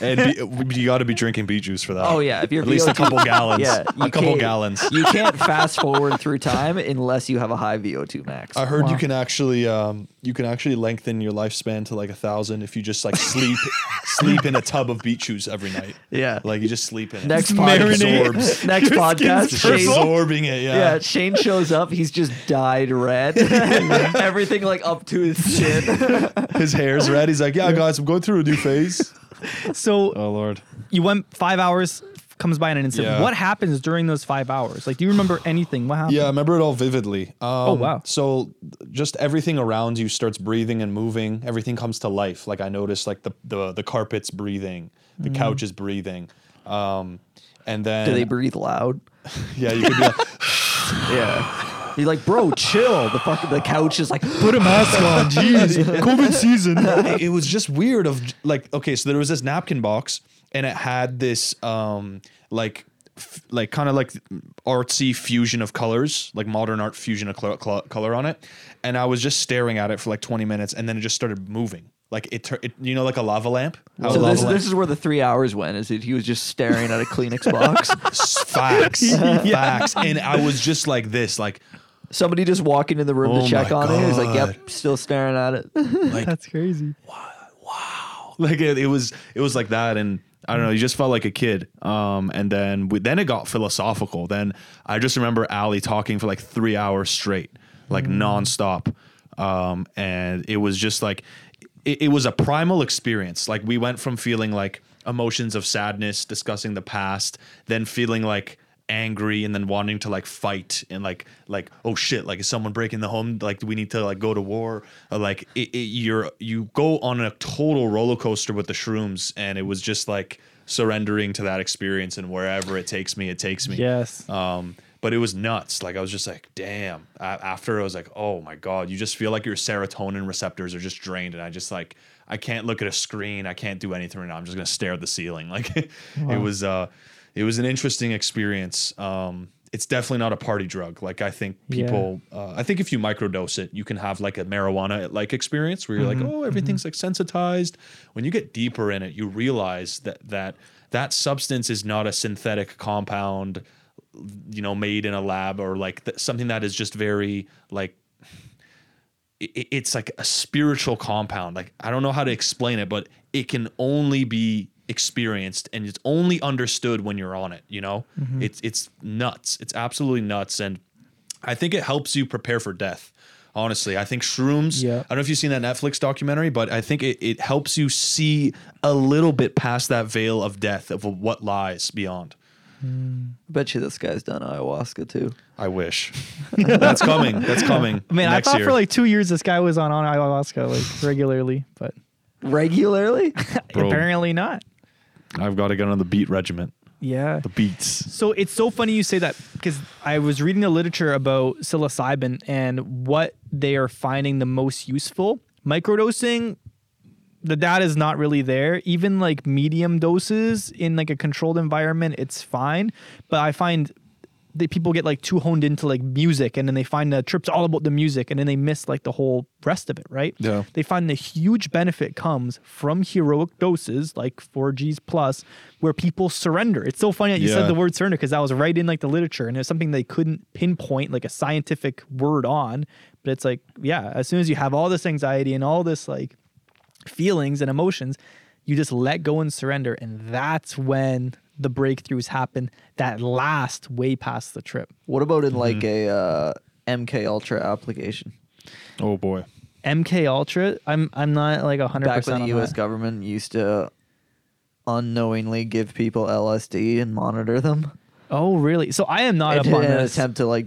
and be, you got to be drinking beet juice for that.
Oh yeah, if you're
at least a
VO2
couple gallons.
Yeah,
a
you
couple
can't-
gallons.
You can't fast forward through time unless you have a high VO2 max.
I heard you can actually um, you can actually lengthen your lifespan to like a thousand if you just like sleep sleep in a tub of beet juice every night.
Yeah.
like you just sleep in it.
next
marinate.
podcast.
Absorbs.
Next podcast.
Just
Shane,
absorbing it.
yeah,
Yeah.
Shane shows up. He's just dyed red. Everything like up to his chin.
his hair's red. He's like, yeah, guys, I'm going through a new phase.
so
oh lord.
you went five hours f- comes by in an instant.
Yeah.
What happens during those five hours? Like, do you remember anything? What happened?
Yeah, I remember it all vividly. Um, oh
wow.
So just everything around you starts breathing and moving. Everything comes to life. Like I noticed, like the the the carpet's breathing, the couch is breathing, um, and then
Mm-hmm. Do they breathe loud?
yeah, you could be like,
Yeah. You're like, bro, chill. The fuck, the couch is like,
Put a mask on, jeez. COVID season.
it, it was just weird of like okay so there was this napkin box and it had this um like f- like kind of like artsy fusion of colors like modern art fusion of clo- clo- color on it and i was just staring at it for like 20 minutes and then it just started moving like it, tur- it you know like a lava lamp How a
So
lava
this,
lamp-
this is where the three hours went. Is that he was just staring at a Kleenex box?
facts facts and i was just like this like
Somebody just walking in the room
Oh
to check
my
on it. He's like,
God.
yep, still staring at it.
That's crazy.
like it, it was it was like that and i don't know you just felt like a kid um and then we, then it got philosophical then i just remember ali talking for like three hours straight like nonstop um and it was just like it, it was a primal experience like we went from feeling like emotions of sadness discussing the past then feeling like angry and then wanting to like fight and like like oh shit like is someone breaking the home like do we need to like go to war Or, like it, it, you're you go on a total roller coaster with the shrooms and it was just like surrendering to that experience and wherever it takes me it takes me
Yes.
um but it was nuts like i was just like damn A- after i was like oh my god you just feel like your serotonin receptors are just drained and i just like i can't look at a screen i can't do anything right now i'm just gonna stare at the ceiling like it was uh it was an interesting experience um it's definitely not a party drug like i think
Yeah.
people uh, i think if you microdose it you can have like a marijuana like experience where you're like oh everything's like sensitized when you get deeper in it you realize that that that substance is not a synthetic compound you know made in a lab or like th- something that is just very like it, it's like a spiritual compound like i don't know how to explain it but it can only be experienced and it's only understood when you're on it you know
Mm-hmm.
it's it's nuts it's absolutely nuts and i think it helps you prepare for death honestly i think shrooms
Yeah.
i don't know if you've seen that netflix documentary but i think it, it helps you see a little bit past that veil of death of what lies beyond
bet you this guy's done ayahuasca too.
I wish. That's coming. That's coming.
I mean,
next
I thought
year.
for like two years this guy was on, on ayahuasca like regularly, but
Regularly?
Bro.
apparently not.
I've got to get on the beat regiment.
Yeah.
The beats.
So it's so funny you say that because I was reading the literature about psilocybin and what they are finding the most useful. Microdosing, the data is not really there. Even like medium doses in like a controlled environment, it's fine. But I find that people get like too honed into like music and then they find the trip's all about the music and then they miss like the whole rest of it, right?
Yeah.
They find the huge benefit comes from heroic doses like 4Gs plus where people surrender. It's so funny that you
Yeah.
said the word surrender because that was right in like the literature and it's something they couldn't pinpoint like a scientific word on. But it's like, yeah, as soon as you have all this anxiety and all this like feelings and emotions, you just let go and surrender. And that's when the breakthroughs happen that last way past the trip.
What about in like a
Mm-hmm.
uh, MK Ultra application?
Oh boy.
MK Ultra, I'm I'm not like hundred
Back when
percent
the
on
U.S.
that.
government used to unknowingly give people LSD and monitor them,
Oh really? So I am not
and
up
in
on
an
this.
attempt to like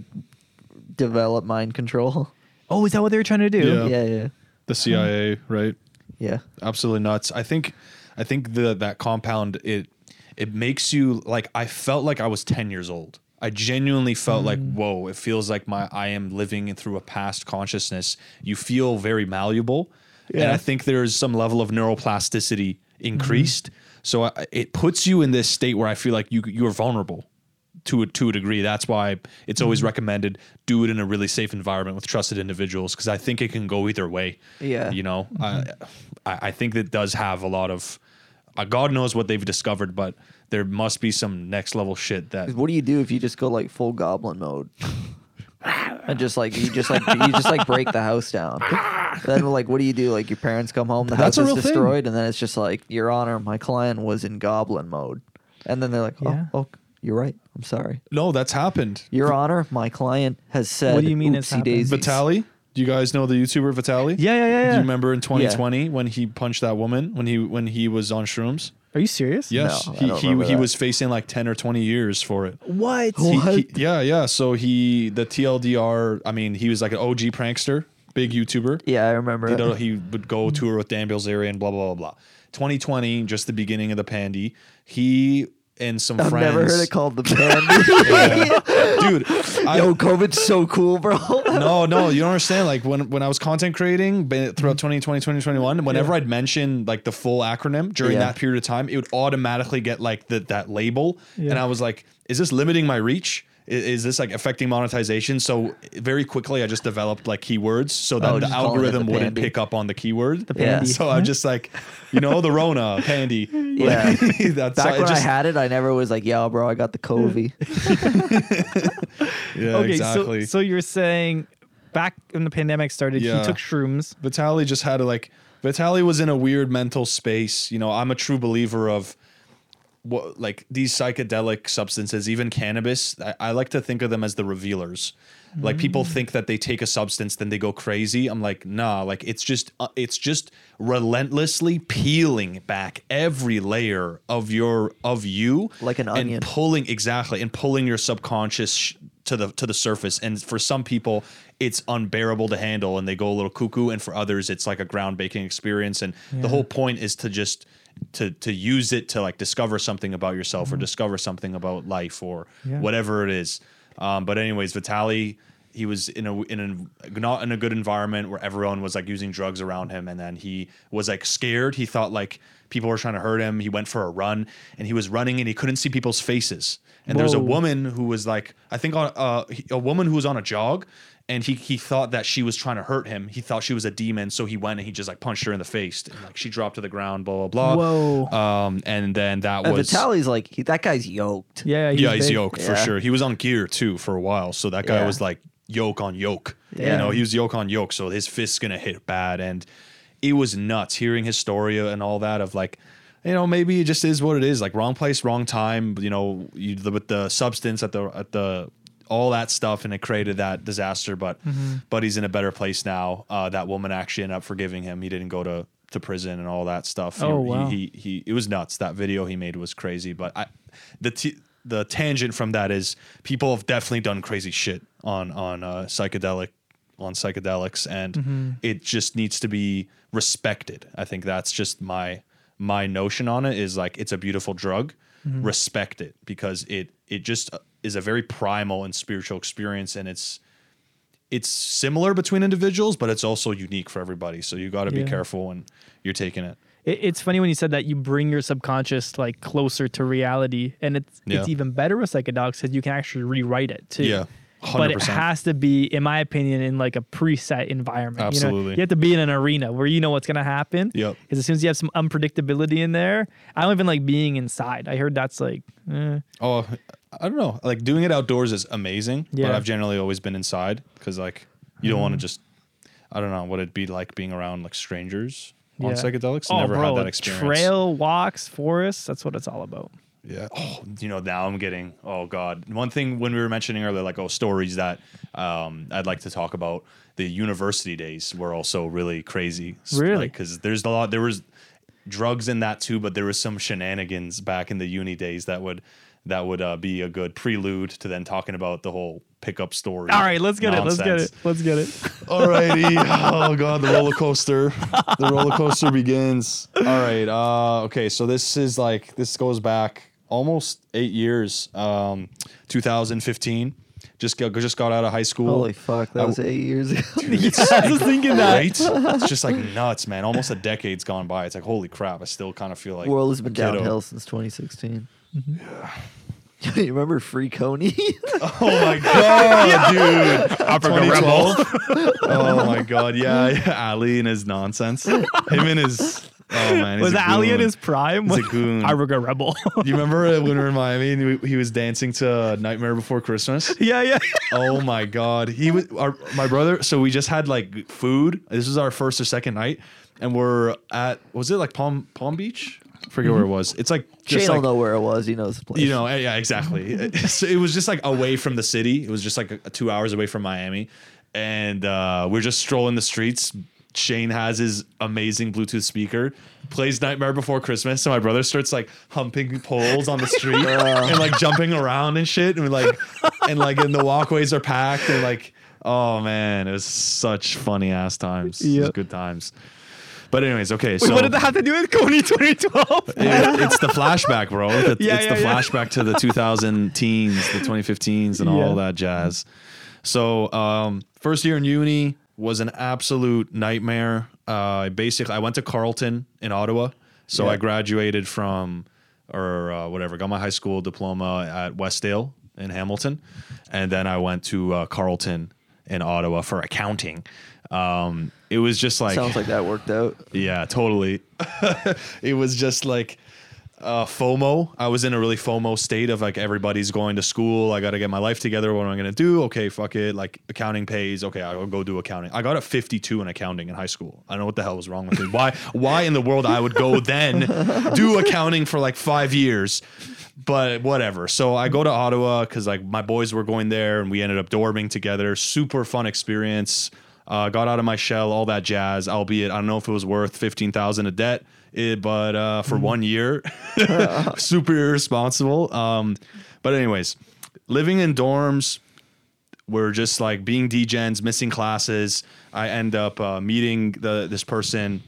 develop mind control.
Oh, is that what they were trying to do?
Yeah,
Yeah.
yeah,
The CIA, right?
yeah.
Absolutely nuts. I think I think the that compound it it makes you like I felt like I was 10 years old. I genuinely felt like whoa, it feels like my I am living through a past consciousness. You feel very malleable. And
Yeah.
I think there's some level of neuroplasticity increased. So I, it puts you in this state where I feel like you you are vulnerable to a, to a degree. That's why it's always recommended do it in a really safe environment with trusted individuals because I think it can go either way.
Yeah.
you know, I, I I think that does have a lot of, uh, God knows what they've discovered, but there must be some next level shit that
'Cause What do you do if you just go like full goblin mode? And just like you just like you just like break the house down. then like what do you do? Like your parents come home, the
That's
house
a
is
real thing.
destroyed, and then it's just like, Your Honor, my client was in goblin mode. And then they're like, Oh,
Yeah.
oh you're right. I'm sorry.
no, that's happened.
Your Honor, my client has said
What do you mean it's
oopsie
happened?
daisies.
Vitali, do you guys know the YouTuber Vitali?
Yeah, yeah, yeah,
Do
yeah.
you remember in 2020 when he punched that woman when he when he was on shrooms?
Are you serious?
Yes,
No, I
he
don't
he,
remember
he
that.
was facing like 10 or 20 years for it.
What?
He-
What?
he- yeah, yeah. So he the TLDR. I mean, he was like an OG prankster, big YouTuber.
Yeah, I remember.
He,
it.
did- he would go
Hmm.
tour with Dan Bilzerian, and blah blah blah blah. 2020, just the beginning of the pandy. He and some
I've
friends.
never heard it called the band.
Dude, I,
Yo, COVID's so cool, bro.
no, no, you don't understand. Like when when I was content creating ba- throughout
Mm-hmm.
2020, 2021, whenever I'd mention like the full acronym during
Yeah.
that period of time, it would automatically get like the, that label, and
Yeah.
I was like, is this limiting my reach? I- Is, this like affecting monetization? So very quickly, I just developed like keywords so that
Oh,
the
just calling it the
algorithm wouldn't
pandy.
pick up on the keyword.
The
Yeah.
pandy.
So I'm just like, you know, the Rona candy.
Yeah.
that's
Back
it
when I
just-
had it, I never was like, "Yo, bro, I got the COVID."
Yeah,
okay,
exactly.
so so you're saying back when the pandemic started,
Yeah.
he took shrooms.
Vitaly just had to like Vitaly was in a weird mental space. You know, I'm a true believer of what like these psychedelic substances, even cannabis. I, I like to think of them as the revealers. Like
Mm.
people think that they take a substance, then they go crazy. I'm like, nah. Like it's just uh, it's just relentlessly peeling back every layer of your of you,
Like an
and
onion.
pulling exactly and pulling your subconscious sh- to the to the surface and for some people it's unbearable to handle and they go a little cuckoo and for others it's like a ground baking experience and the whole point is to just to to use it to like discover something about yourself or discover something about life or
Yeah.
whatever it is um, but anyways Vitali he was in a in a not in a good environment where everyone was like using drugs around him and then he was like scared he thought like people were trying to hurt him he went for a run and he was running and he couldn't see people's faces and there was a
Whoa.
woman who was like i think on uh, he- a woman who was on a jog and he he thought that she was trying to hurt him. He thought she was a demon, so he went and he just like punched her in the face. And, like she dropped to the ground, blah blah blah.
Whoa.
Um, and then that
And
was
Vitaly's like he, that guy's yoked.
Yeah,
yeah, he's
big.
yoked for
Yeah.
sure. He was on gear too for a while, so that guy
Yeah.
was like yoke on yoke. You
Damn.
know, he was yoke on yoke, so his fist's gonna hit bad, and it was nuts hearing his story and all that of like. You know, maybe it just is what it is. Like wrong place, wrong time. You know, you, the, with the substance at the at the all that stuff, and it created that disaster. But but he's in a better place now. Uh, that woman actually ended up forgiving him. He didn't go to to prison and all that stuff. He-
Oh,
he-
wow.
he he he it was nuts that video he made was crazy but i the t- the tangent from that is people have definitely done crazy shit on on uh, psychedelic on psychedelics and
Mm-hmm.
it just needs to be respected i think that's just my my notion on it is like it's a beautiful drug
Mm-hmm.
respect it because it it just uh, is a very primal and spiritual experience and it's it's similar between individuals but it's also unique for everybody so you got to
Yeah.
be careful when you're taking it
It, it's funny when you said that you bring your subconscious like closer to reality, and it's
Yeah.
it's even better with psychedelics because you can actually rewrite it too.
Yeah,
But it
100%.
has to be, in my opinion, in like a preset environment. you know?
Absolutely.
You, have to be in an arena where you know what's gonna happen.
Yep.
Because as soon as you have some unpredictability in there, I don't even like being inside. I heard that's like, eh.
Oh, I don't know. Like doing it outdoors is amazing,
Yeah. Mm.
but I've generally always been inside because like you don't want to just. I don't know what it'd be like being around like strangers on
Yeah.
psychedelics.
oh,
Never
bro,
had that experience.
Trail walks, forests. That's what it's all about.
Yeah. Oh, you know, now I'm getting, oh God. One thing when we were mentioning earlier, like, oh, stories that um, I'd like to talk about, the university days were also really crazy. S-
Really?
Because there's a lot, there was drugs in that too, but there was some shenanigans back in the uni days that would, that would uh, be a good prelude to then talking about the whole pickup story.
All right, let's get it. Let's get
nonsense.
it. Let's get it.
Alrighty. Oh god, the roller coaster. The roller coaster begins. All right. Uh, okay, so this is like this goes back almost eight years. Um, 2015. Just got, just got out of high school.
Holy fuck, that
I-
was eight years ago.
It's
I was thinking that.
right? It's just like nuts, man. Almost a decade's gone by. It's like holy crap. I still kind of feel like
The world has been
a kiddo.
downhill since 2016.
Mm-hmm.
you remember Free Coney?
Oh my god, dude.
Africa Rebel.
2012? oh my god, yeah, yeah. Ali and his nonsense. Him and his oh man. he's
Was
a
Ali in
goon.
his prime?
He's a goon.
Arga Rebel.
Do you remember uh, when we were in Miami and we- he was dancing to Nightmare Before Christmas?
yeah, yeah.
Oh my God. He was our, my brother. So we just had like food. This is our first or second night. And we're at, was it like Palm Palm Beach? I forget where it was. It's like,
Shane
just like,
don't know where it was. He knows the place.
you know, eh, yeah, exactly. so it was just like away from the city. It was just like uh, two hours away from Miami. And uh, we're just strolling the streets. Shane has his amazing Bluetooth speaker, plays Nightmare Before Christmas. So my brother starts like humping poles on the street and like jumping around and shit. And we like, and like, and the walkways are packed. And like, oh man, it was such funny ass times. It was
Yeah.
good times. But, anyways, okay.
Wait,
so
what did that have to do with Coney 2012?
it- it's the flashback, bro. It's,
Yeah,
it's
yeah,
the
yeah.
flashback to the 2000 teens, the 2015s, and all
Yeah.
that jazz. So, um, first year in uni was an absolute nightmare. Uh, basically, I went to Carleton in Ottawa. So I graduated from, or uh, whatever, got my high school diploma at Westdale in Hamilton. And then I went to uh, Carleton in Ottawa for accounting. Um, it was just like
Sounds like that worked out.
yeah, totally. it was just like uh, FOMO. I was in a really FOMO state of like everybody's going to school. I got to get my life together. What am I going to do? Okay, fuck it. Like accounting pays. Okay, I'll go do accounting. I got a 52 in accounting in high school. I don't know what the hell was wrong with me. Why? Why in the world I would go then do accounting for like five years? But whatever. So I go to Ottawa because like my boys were going there and we ended up dorming together. Super fun experience. Uh, got out of my shell, all that jazz. Albeit, I don't know if it was worth fifteen thousand of debt, eh, but uh, for one year, super irresponsible. Um, but anyways, living in dorms, we're just like being DGens, missing classes. I end up uh, meeting the this person,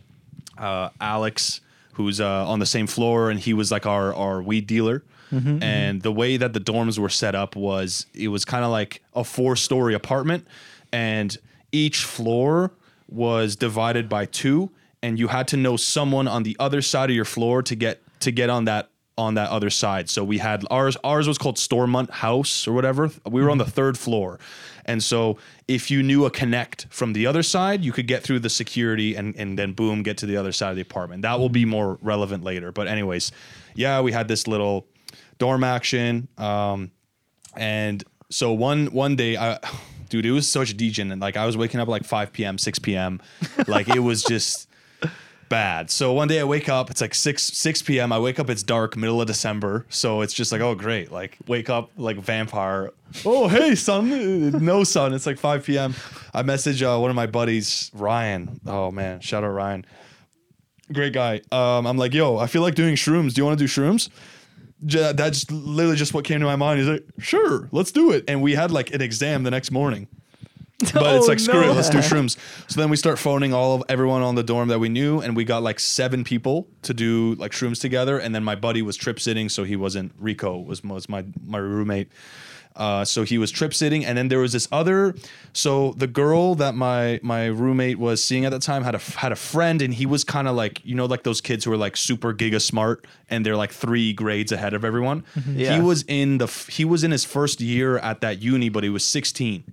uh, Alex, who's uh, on the same floor, and he was like our our weed dealer. And the way that the dorms were set up was it was kind of like a four story apartment, and each floor was divided by two, and you had to know someone on the other side of your floor to get to get on that on that other side. So we had ours ours was called Stormont House or whatever. We were on the third floor. And so if you knew a connect from the other side, you could get through the security and and then boom get to the other side of the apartment. That will be more relevant later. But anyways, yeah, we had this little dorm action um and so one one day I dude, it was such degen and like I was waking up at like 5 p.m., 6 p.m. like it was just bad. So one day I wake up, it's like six six p.m. I wake up, it's dark, middle of December. So it's just like, oh great, like wake up like vampire. Oh hey son, no son. It's like five p.m. I message uh, one of my buddies, Ryan. Oh man, shout out Ryan, great guy. Um, I'm like, yo, I feel like doing shrooms. Do you want to do shrooms? J- that's literally just what came to my mind. He's like, sure, let's do it. And we had like an exam the next morning but it's
Oh,
like screw
no.
it, let's do shrooms. So then we start phoning all of everyone on the dorm that we knew, and we got like seven people to do like shrooms together. And then my buddy was trip sitting, so he wasn't Rico was, was my my roommate. Uh, so he was trip sitting, and then there was this other. So the girl that my my roommate was seeing at the time had a had a friend, and he was kind of like you know like those kids who are like super giga smart, and they're like three grades ahead of everyone.
Yeah.
He was in the f- he was in his first year at that uni, but he was sixteen.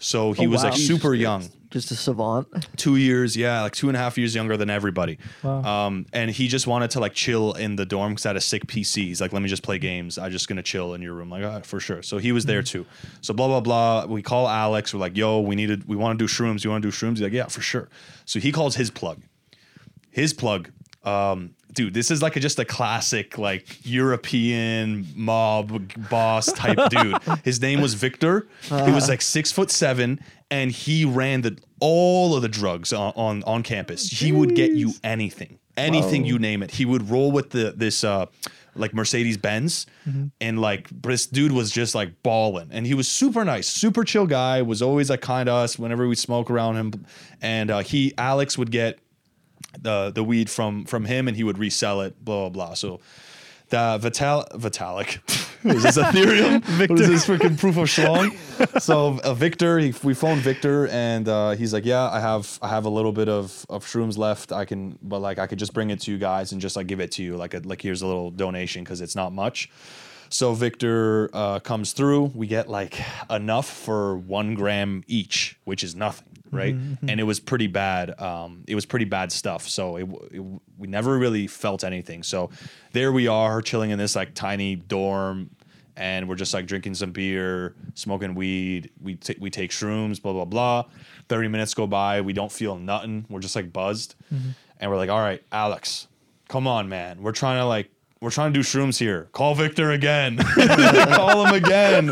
So he
Oh,
was
wow.
like super young,
Just a savant.
two years, yeah, like two and a half years younger than everybody. Um, and he just wanted to like chill in the dorm because I had a sick PC. He's like, let me just play games. I'm just gonna chill in your room, like ah, for sure. So he was there
Mm-hmm.
too. So blah blah blah. We call Alex. We're like, yo, we needed, we want to do shrooms. You want to do shrooms? He's like, yeah, for sure. So he calls his plug his plug um dude this is like a, just a classic like european mob boss type dude his name was victor he was like six foot seven and he ran the all of the drugs on on, on campus he would get you anything anything you name it he would roll with the this uh like Mercedes Benz, and like this dude was just like balling, and he was super nice, super chill guy. Was always like kind to us whenever we smoke around him, and uh, he Alex would get the the weed from from him and he would resell it blah blah blah so the Vital Vitalik was this Ethereum what is this freaking proof of schlong so uh, Victor he, we phoned Victor and uh, he's like yeah I have I have a little bit of of shrooms left I can but like I could just bring it to you guys and just like give it to you like a, like here's a little donation because it's not much so Victor uh, comes through. We get like enough for one gram each, which is nothing, right? And it was pretty bad. Um, it was pretty bad stuff. So it, w- it w- we never really felt anything. So there we are, chilling in this like tiny dorm, and we're just like drinking some beer, smoking weed. We ta- we take shrooms, blah blah blah. Thirty minutes go by. We don't feel nothing. We're just like buzzed, and we're like, all right, Alex, come on, man. We're trying to like we're trying to do shrooms here. Call Victor again. Call him again.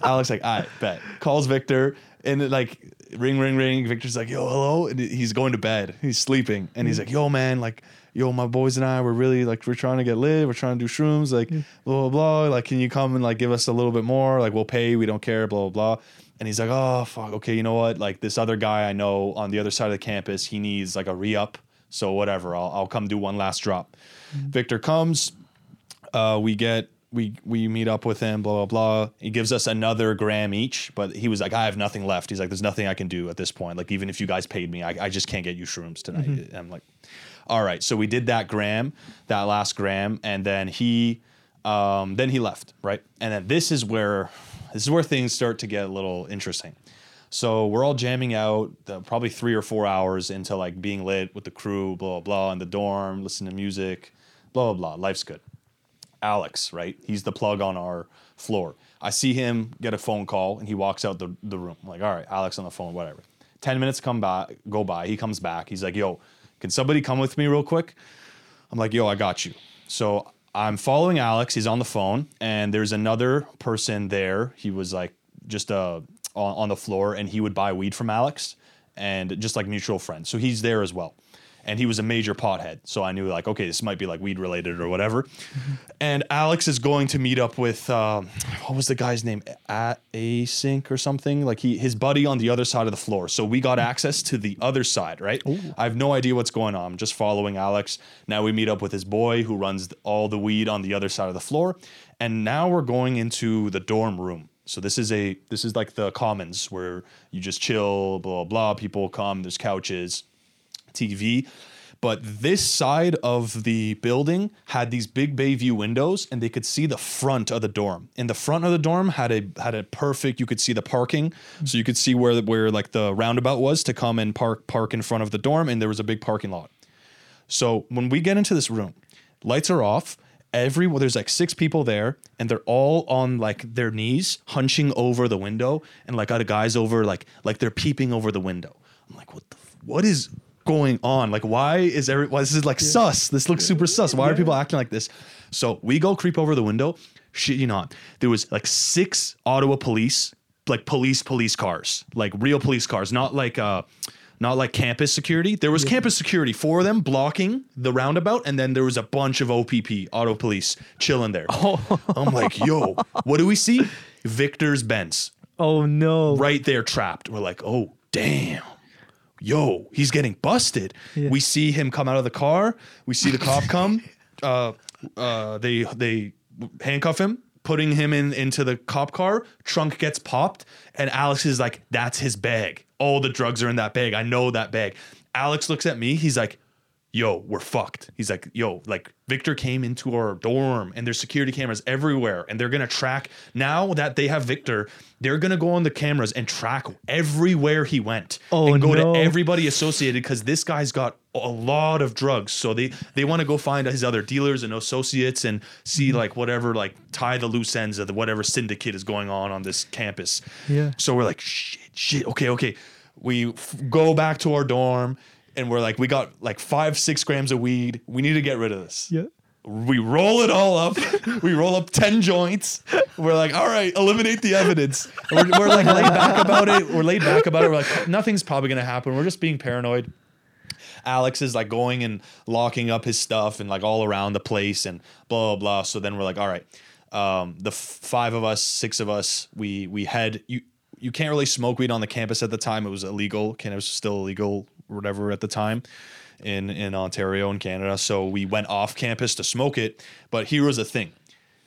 Alex like, I bet. Calls Victor and it, like ring ring ring. Victor's like, yo, hello. And he's going to bed. He's sleeping. And he's like, yo, man, like, yo, my boys and I, we're really like we're trying to get lit. We're trying to do shrooms. Like, blah, blah, blah. Like, can you come and like give us a little bit more? Like, we'll pay, we don't care, blah, blah, blah. And he's like, oh fuck, okay, you know what? Like this other guy I know on the other side of the campus, he needs like a re-up. So whatever, I'll, I'll come do one last drop. Victor comes, uh, we get we we meet up with him, blah blah blah. He gives us another gram each, but he was like, I have nothing left. He's like, there's nothing I can do at this point. Like even if you guys paid me, I, I just can't get you shrooms tonight. I'm like, all right. So we did that gram, that last gram, and then he, um, then he left, right? And then this is where this is where things start to get a little interesting. So we're all jamming out the, probably three or four hours into like being lit with the crew, blah blah blah, in the dorm, listening to music, blah blah blah. Life's good. Alex, right? He's the plug on our floor. I see him get a phone call and he walks out the, the room. I'm like, all right, Alex on the phone, whatever. 10 minutes come by, go by. He comes back. He's like, yo, can somebody come with me real quick? I'm like, yo, I got you. So I'm following Alex. He's on the phone, and there's another person there. He was like just uh, on, on the floor, and he would buy weed from Alex and just like mutual friends. So he's there as well. And he was a major pothead. So I knew, like, okay, this might be like weed related or whatever. And Alex is going to meet up with, um, what was the guy's name? A- Async or something? Like, he his buddy on the other side of the floor. So we got access to the other side, right? I have no idea what's going on. I'm just following Alex. Now we meet up with his boy who runs th- all the weed on the other side of the floor, and now we're going into the dorm room. So this is a this is like the commons where you just chill, blah blah. blah. People come. There's couches, TV. But this side of the building had these big bay view windows, and they could see the front of the dorm. And the front of the dorm had a had a perfect. You could see the parking, so you could see where the, where like the roundabout was to come and park park in front of the dorm, and there was a big parking lot. So when we get into this room, lights are off. Every well, there's like six people there, and they're all on like their knees, hunching over the window, and like other guys over like like they're peeping over the window. I'm like, what the f- what is going on? Like, why is every why this is like sus? This looks super sus. Why are people acting like this? So we go creep over the window. Shit you not. There was like six Ottawa police, like police police cars, like real police cars, not like uh not like campus security. There was campus security, four of them blocking the roundabout, and then there was a bunch of OPP, auto police, chilling there. I'm like, yo, what do we see? Victor's Benz
Oh no.
right there trapped. We're like, oh, damn. Yo, he's getting busted.
Yeah.
We see him come out of the car. We see the cop come. Uh, uh, they they handcuff him, putting him in into the cop car. Trunk gets popped, and Alex is like, "That's his bag. All the drugs are in that bag. I know that bag." Alex looks at me. He's like, yo, we're fucked. He's like, yo, like Victor came into our dorm and there's security cameras everywhere and they're gonna track now that they have Victor, they're gonna go on the cameras and track everywhere he went.
Oh,
and go
no.
to everybody associated because this guy's got a lot of drugs. So they they want to go find his other dealers and associates and see like whatever, like tie the loose ends of the whatever syndicate is going on on this campus.
Yeah.
So we're like, shit, shit, okay, okay. We f- go back to our dorm and we're like, we got like five, six grams of weed. We need to get rid of this.
Yeah.
We roll it all up. we roll up 10 joints. We're like, all right, eliminate the evidence. We're, we're like laid back about it. We're laid back about it. We're like, nothing's probably going to happen. We're just being paranoid. Alex is like going and locking up his stuff and like all around the place and blah blah blah. So then we're like, all right, um, the f- five of us, six of us, we we head you. You can't really smoke weed on the campus at the time. It was illegal. Can it was still illegal, whatever at the time, in in Ontario and Canada. So we went off campus to smoke it. But here was the thing: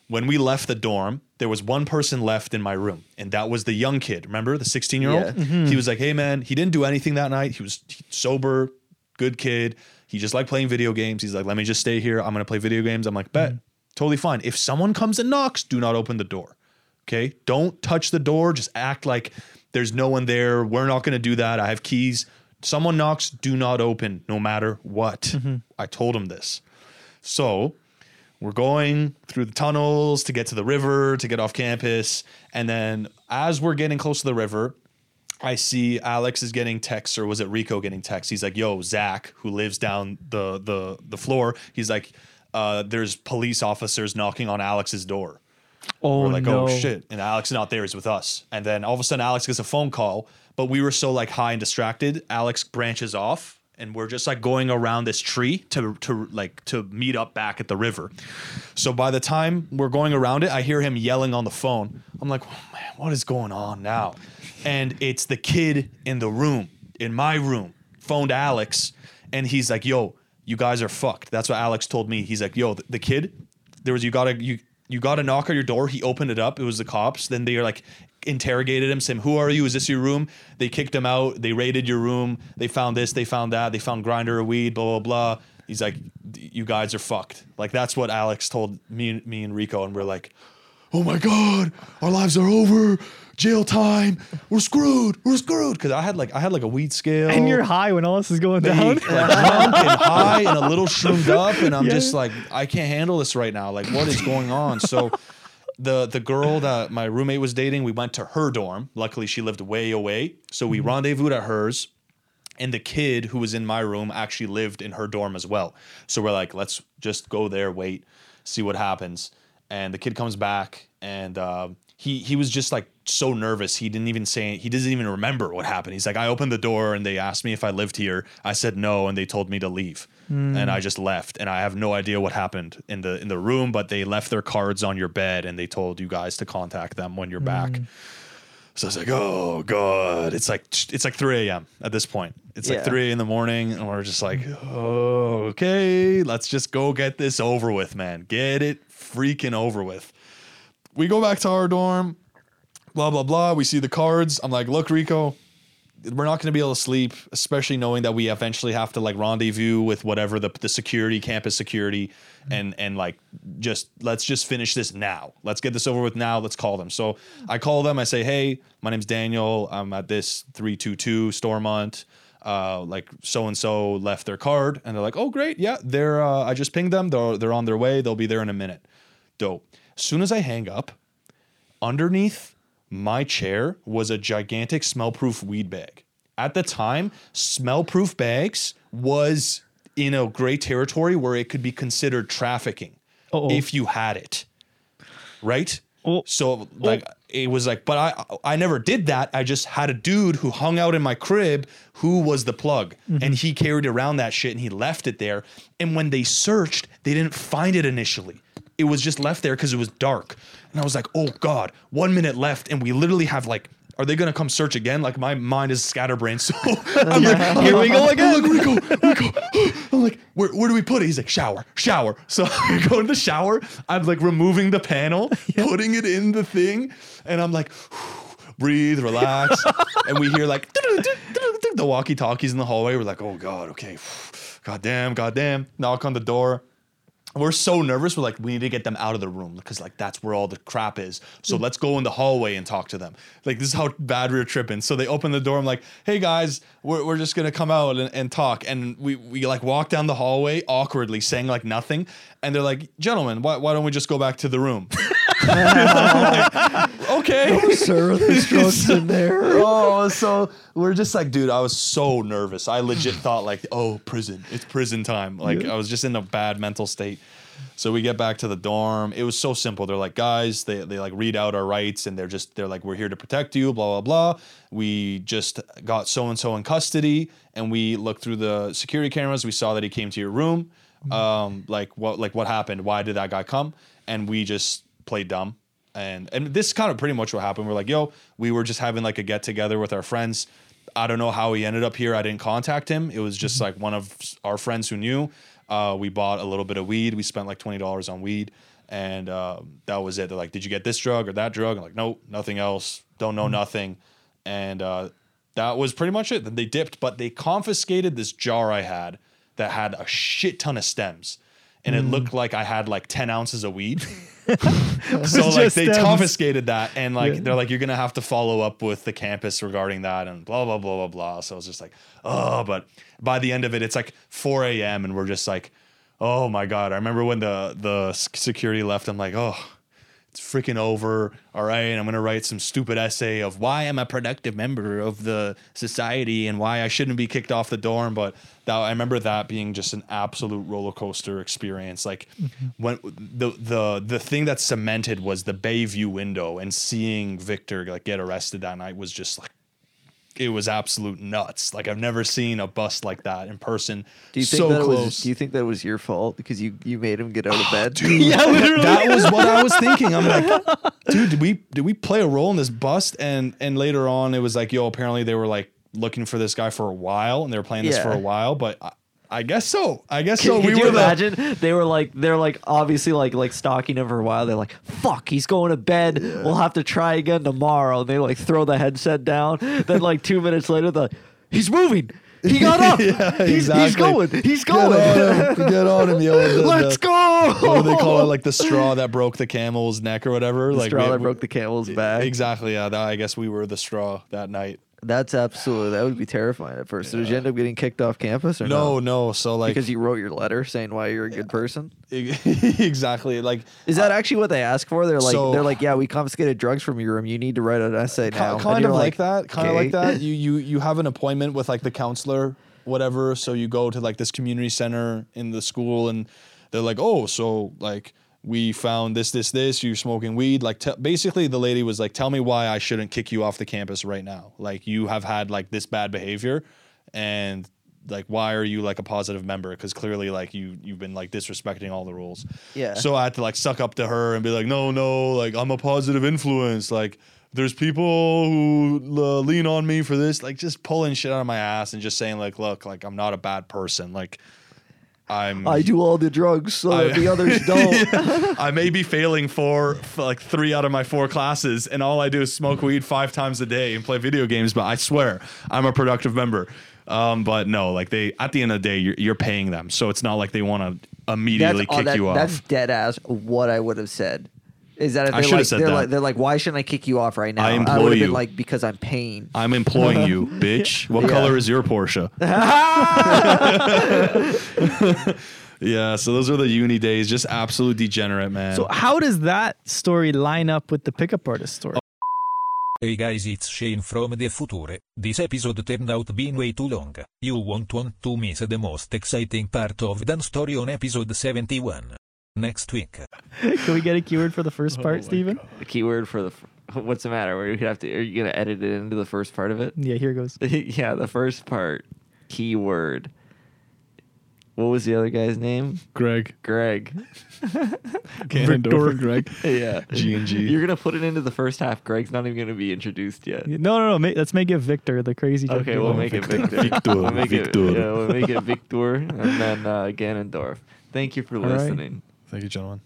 when we left the dorm, there was one person left in my room, and that was the young kid. Remember the 16 year old?
Yeah.
He was like, "Hey, man, he didn't do anything that night. He was sober, good kid. He just liked playing video games. He's like, let me just stay here. I'm gonna play video games. I'm like, bet, totally fine. If someone comes and knocks, do not open the door. Okay, don't touch the door. Just act like there's no one there. We're not gonna do that. I have keys. Someone knocks, do not open, no matter what. I told him this. So we're going through the tunnels to get to the river to get off campus and then as we're getting close to the river i see alex is getting texts or was it rico getting texts he's like yo zach who lives down the the the floor he's like uh, there's police officers knocking on alex's door
Oh
we're like,
no.
oh shit. And Alex is not there, he's with us. And then all of a sudden Alex gets a phone call, but we were so like high and distracted, Alex branches off and we're just like going around this tree to to like to meet up back at the river. So by the time we're going around it, I hear him yelling on the phone. I'm like, oh, man, what is going on now? And it's the kid in the room, in my room, phoned Alex, and he's like, yo, you guys are fucked. That's what Alex told me. He's like, yo, th- the kid, there was you gotta you you got a knock on your door. He opened it up. It was the cops. Then they like interrogated him, saying, "Who are you? Is this your room?" They kicked him out. They raided your room. They found this. They found that. They found grinder of weed. Blah blah blah. He's like, "You guys are fucked." Like that's what Alex told me, and me and Rico, and we're like, "Oh my god, our lives are over. Jail time. We're screwed. We're screwed." Because I had like I had like a weed scale
And you're high when all this is going down.
like, drunk and high and a little shroomed up, and I'm
Yeah.
just like, I can't handle this right now. Like, what is going on? So, the the girl that my roommate was dating, we went to her dorm. Luckily, she lived way away, so
Mm-hmm.
we rendezvoused at hers. And the kid who was in my room actually lived in her dorm as well. So we're like, let's just go there, wait, see what happens. And the kid comes back, and uh, he he was just like so nervous. He didn't even say he doesn't even remember what happened. He's like, I opened the door and they asked me if I lived here. I said no, and they told me to leave, and I just left. And I have no idea what happened in the in the room, but they left their cards on your bed, and they told you guys to contact them when you're back. So I was like, oh god, it's like it's like 3 a.m. at this point. It's
Yeah.
like 3 in the morning, and we're just like, oh, okay, let's just go get this over with, man. Get it freaking over with. We go back to our dorm, blah blah blah. We see the cards. I'm like, look, Rico, we're not going to be able to sleep, especially knowing that we eventually have to like rendezvous with whatever the, the security campus security and and like just let's just finish this now. Let's get this over with now. Let's call them. So I call them. I say, hey, my name's Daniel. I'm at this three two two Stormont. Uh, like so and so left their card, and they're like, oh great, yeah, they're. Uh, I just pinged them. They're they're on their way. They'll be there in a minute. Dope. As soon as I hang up, underneath my chair was a gigantic smell-proof weed bag. At the time, smell-proof bags was in a gray territory where it could be considered trafficking
Uh-oh.
if you had it. Right?
Oh.
So like it was like but I I never did that. I just had a dude who hung out in my crib who was the plug and he carried around that shit and he left it there and when they searched, they didn't find it initially. It was just left there cuz it was dark. And I was like, "Oh god, 1 minute left and we literally have like are they gonna come search again? Like my mind is scatterbrained, so I'm like, here we go again. Like, we go, we go. I'm like, where, where do we put it? He's like, shower, shower. So I go in the shower. I'm like removing the panel, putting it in the thing, and I'm like, breathe, relax. and we hear like the walkie-talkies in the hallway. We're like, oh god, okay, god damn, god damn. Knock on the door we're so nervous. We're like, we need to get them out of the room because like that's where all the crap is. So let's go in the hallway and talk to them. Like this is how bad we were tripping. So they open the door. I'm like, hey guys, we're, we're just gonna come out and, and talk. And we we like walk down the hallway awkwardly, saying like nothing. And they're like, gentlemen, why why don't we just go back to the room? I'm like, okay.
Sir, there's drugs in there.
Oh, so we're just like, dude, I was so nervous. I legit thought like, oh, prison. It's prison time. Like I was just in a bad mental state. So we get back to the dorm. It was so simple. They're like, guys, they, they like read out our rights and they're just they're like, we're here to protect you, blah, blah, blah. We just got so and so in custody and we looked through the security cameras. We saw that he came to your room. Um, like what like what happened? Why did that guy come? And we just played dumb and and this is kind of pretty much what happened. We're like, yo, we were just having like a get together with our friends. I don't know how he ended up here. I didn't contact him. It was just like one of our friends who knew. Uh, we bought a little bit of weed. We spent like twenty dollars on weed, and uh, that was it. They're like, did you get this drug or that drug? I'm like, nope, nothing else. Don't know nothing, and uh, that was pretty much it. Then they dipped, but they confiscated this jar I had that had a shit ton of stems, and it looked like I had like ten ounces of weed. so like
just
they
stems.
confiscated that and like they're like you're gonna have to follow up with the campus regarding that and blah blah blah blah blah so it's just like oh but by the end of it it's like 4 a.m and we're just like oh my god i remember when the the s- security left i'm like oh it's freaking over all right and i'm gonna write some stupid essay of why i'm a productive member of the society and why i shouldn't be kicked off the dorm but that i remember that being just an absolute roller coaster experience like
Mm-hmm.
when the the the thing that cemented was the bayview window and seeing victor like get arrested that night was just like it was absolute nuts. Like I've never seen a bust like that in person.
Do you think
so
that
close.
was? Do you think that was your fault because you you made him get out of bed?
yeah, literally.
that was what I was thinking. I'm like, dude, did we did we play a role in this bust? And and later on, it was like, yo, apparently they were like looking for this guy for a while, and they were playing this for
Yeah.
a while. But I, I guess so. I guess
Can,
so.
could
we
you
were the,
imagine? They were like, they're like, obviously, like, like stalking him for a while. They're like, "Fuck, he's going to bed. We'll have to try again tomorrow." And they like throw the headset down. Then like two minutes later, they're like, "He's moving. He got up.
Yeah,
he's, he's
exactly.
going. He's going.
him. Get on him, yo. The- the-
Let's
What do they
go."
call it? Like the straw that broke the camel's neck or whatever. like
Straw
we-
that
we-
broke the camel's back.
Exactly. Yeah. That, I guess we were the straw that night.
That's absolutely. That would be terrifying at first. Did you end up getting kicked off campus or
No,
not?
no. So like
Because you wrote your letter saying why you're a good person.
exactly like
Is that actually what they ask for? They're like,
Uh, so-
they're like, yeah, we confiscated drugs from your room. You need to write an essay
Ki-
now. And
Kind
you're
of like, that. Kind of like
"Okay."
that. You you you have an appointment with like the counselor, whatever. So you go to like this community center in the school, and they're like, oh, so like we found this, this, this. You're smoking weed. Like te- basically, the lady was like, tell me why I shouldn't kick you off the campus right now. Like you have had like this bad behavior, and like why are you like a positive member because clearly like you you've been like disrespecting all the rules
Yeah.
so i had to like suck up to her and be like no no like i'm a positive influence like there's people who uh, lean on me for this like just pulling shit out of my ass and just saying like look like i'm not a bad person like I'm
I do all the drugs so that
I-
the others don't.
I may be failing for, for like three out of my four classes, and all I do is smoke weed five times a day and play video games. But I swear, I'm a productive member. Um, but no, like they at the end of the day, you're, you're paying them, so it's not like they want to immediately
all
kick
that-
you off.
That's dead ass what I would have said. Is that if
I
they're
should have
like,
said
they're
that.
like they're like why shouldn't I kick you off right now?
I
would
employ
have been
you.
like because I'm paying.
I'm employing you, bitch. What
Yeah.
color is your Porsche? yeah, so those are the uni days. Just absolute degenerate, man.
So how does that story line up with the pickup artist story?
Hey guys, it's Shane from the future. This episode turned out being way too long. You won't want to miss the most exciting part of Dan story on episode 71. Next week.
Oh.
Can we get a keyword for the first part, Steven?
The keyword for the f- what's the matter? Are you gonna have to? Are you gonna edit it into the first part of it?
Yeah, here goes.
yeah, the first part keyword. What was the other guy's name?
Greg.
Greg.
Can't
Victor.
over Greg.
Yeah.
G and G.
You're gonna put it into the first half. Greg's not even gonna be introduced yet.
No, no, no. ma- Let's make it Victor, the crazy. joke
Okay,
you
we'll
love.
make it Victor.
Victor,
We'll make
Victor.
It, yeah, we'll make it Victor, and then uh, Ganondorf. Thank you for
right.
listening.
Thank you, gentlemen.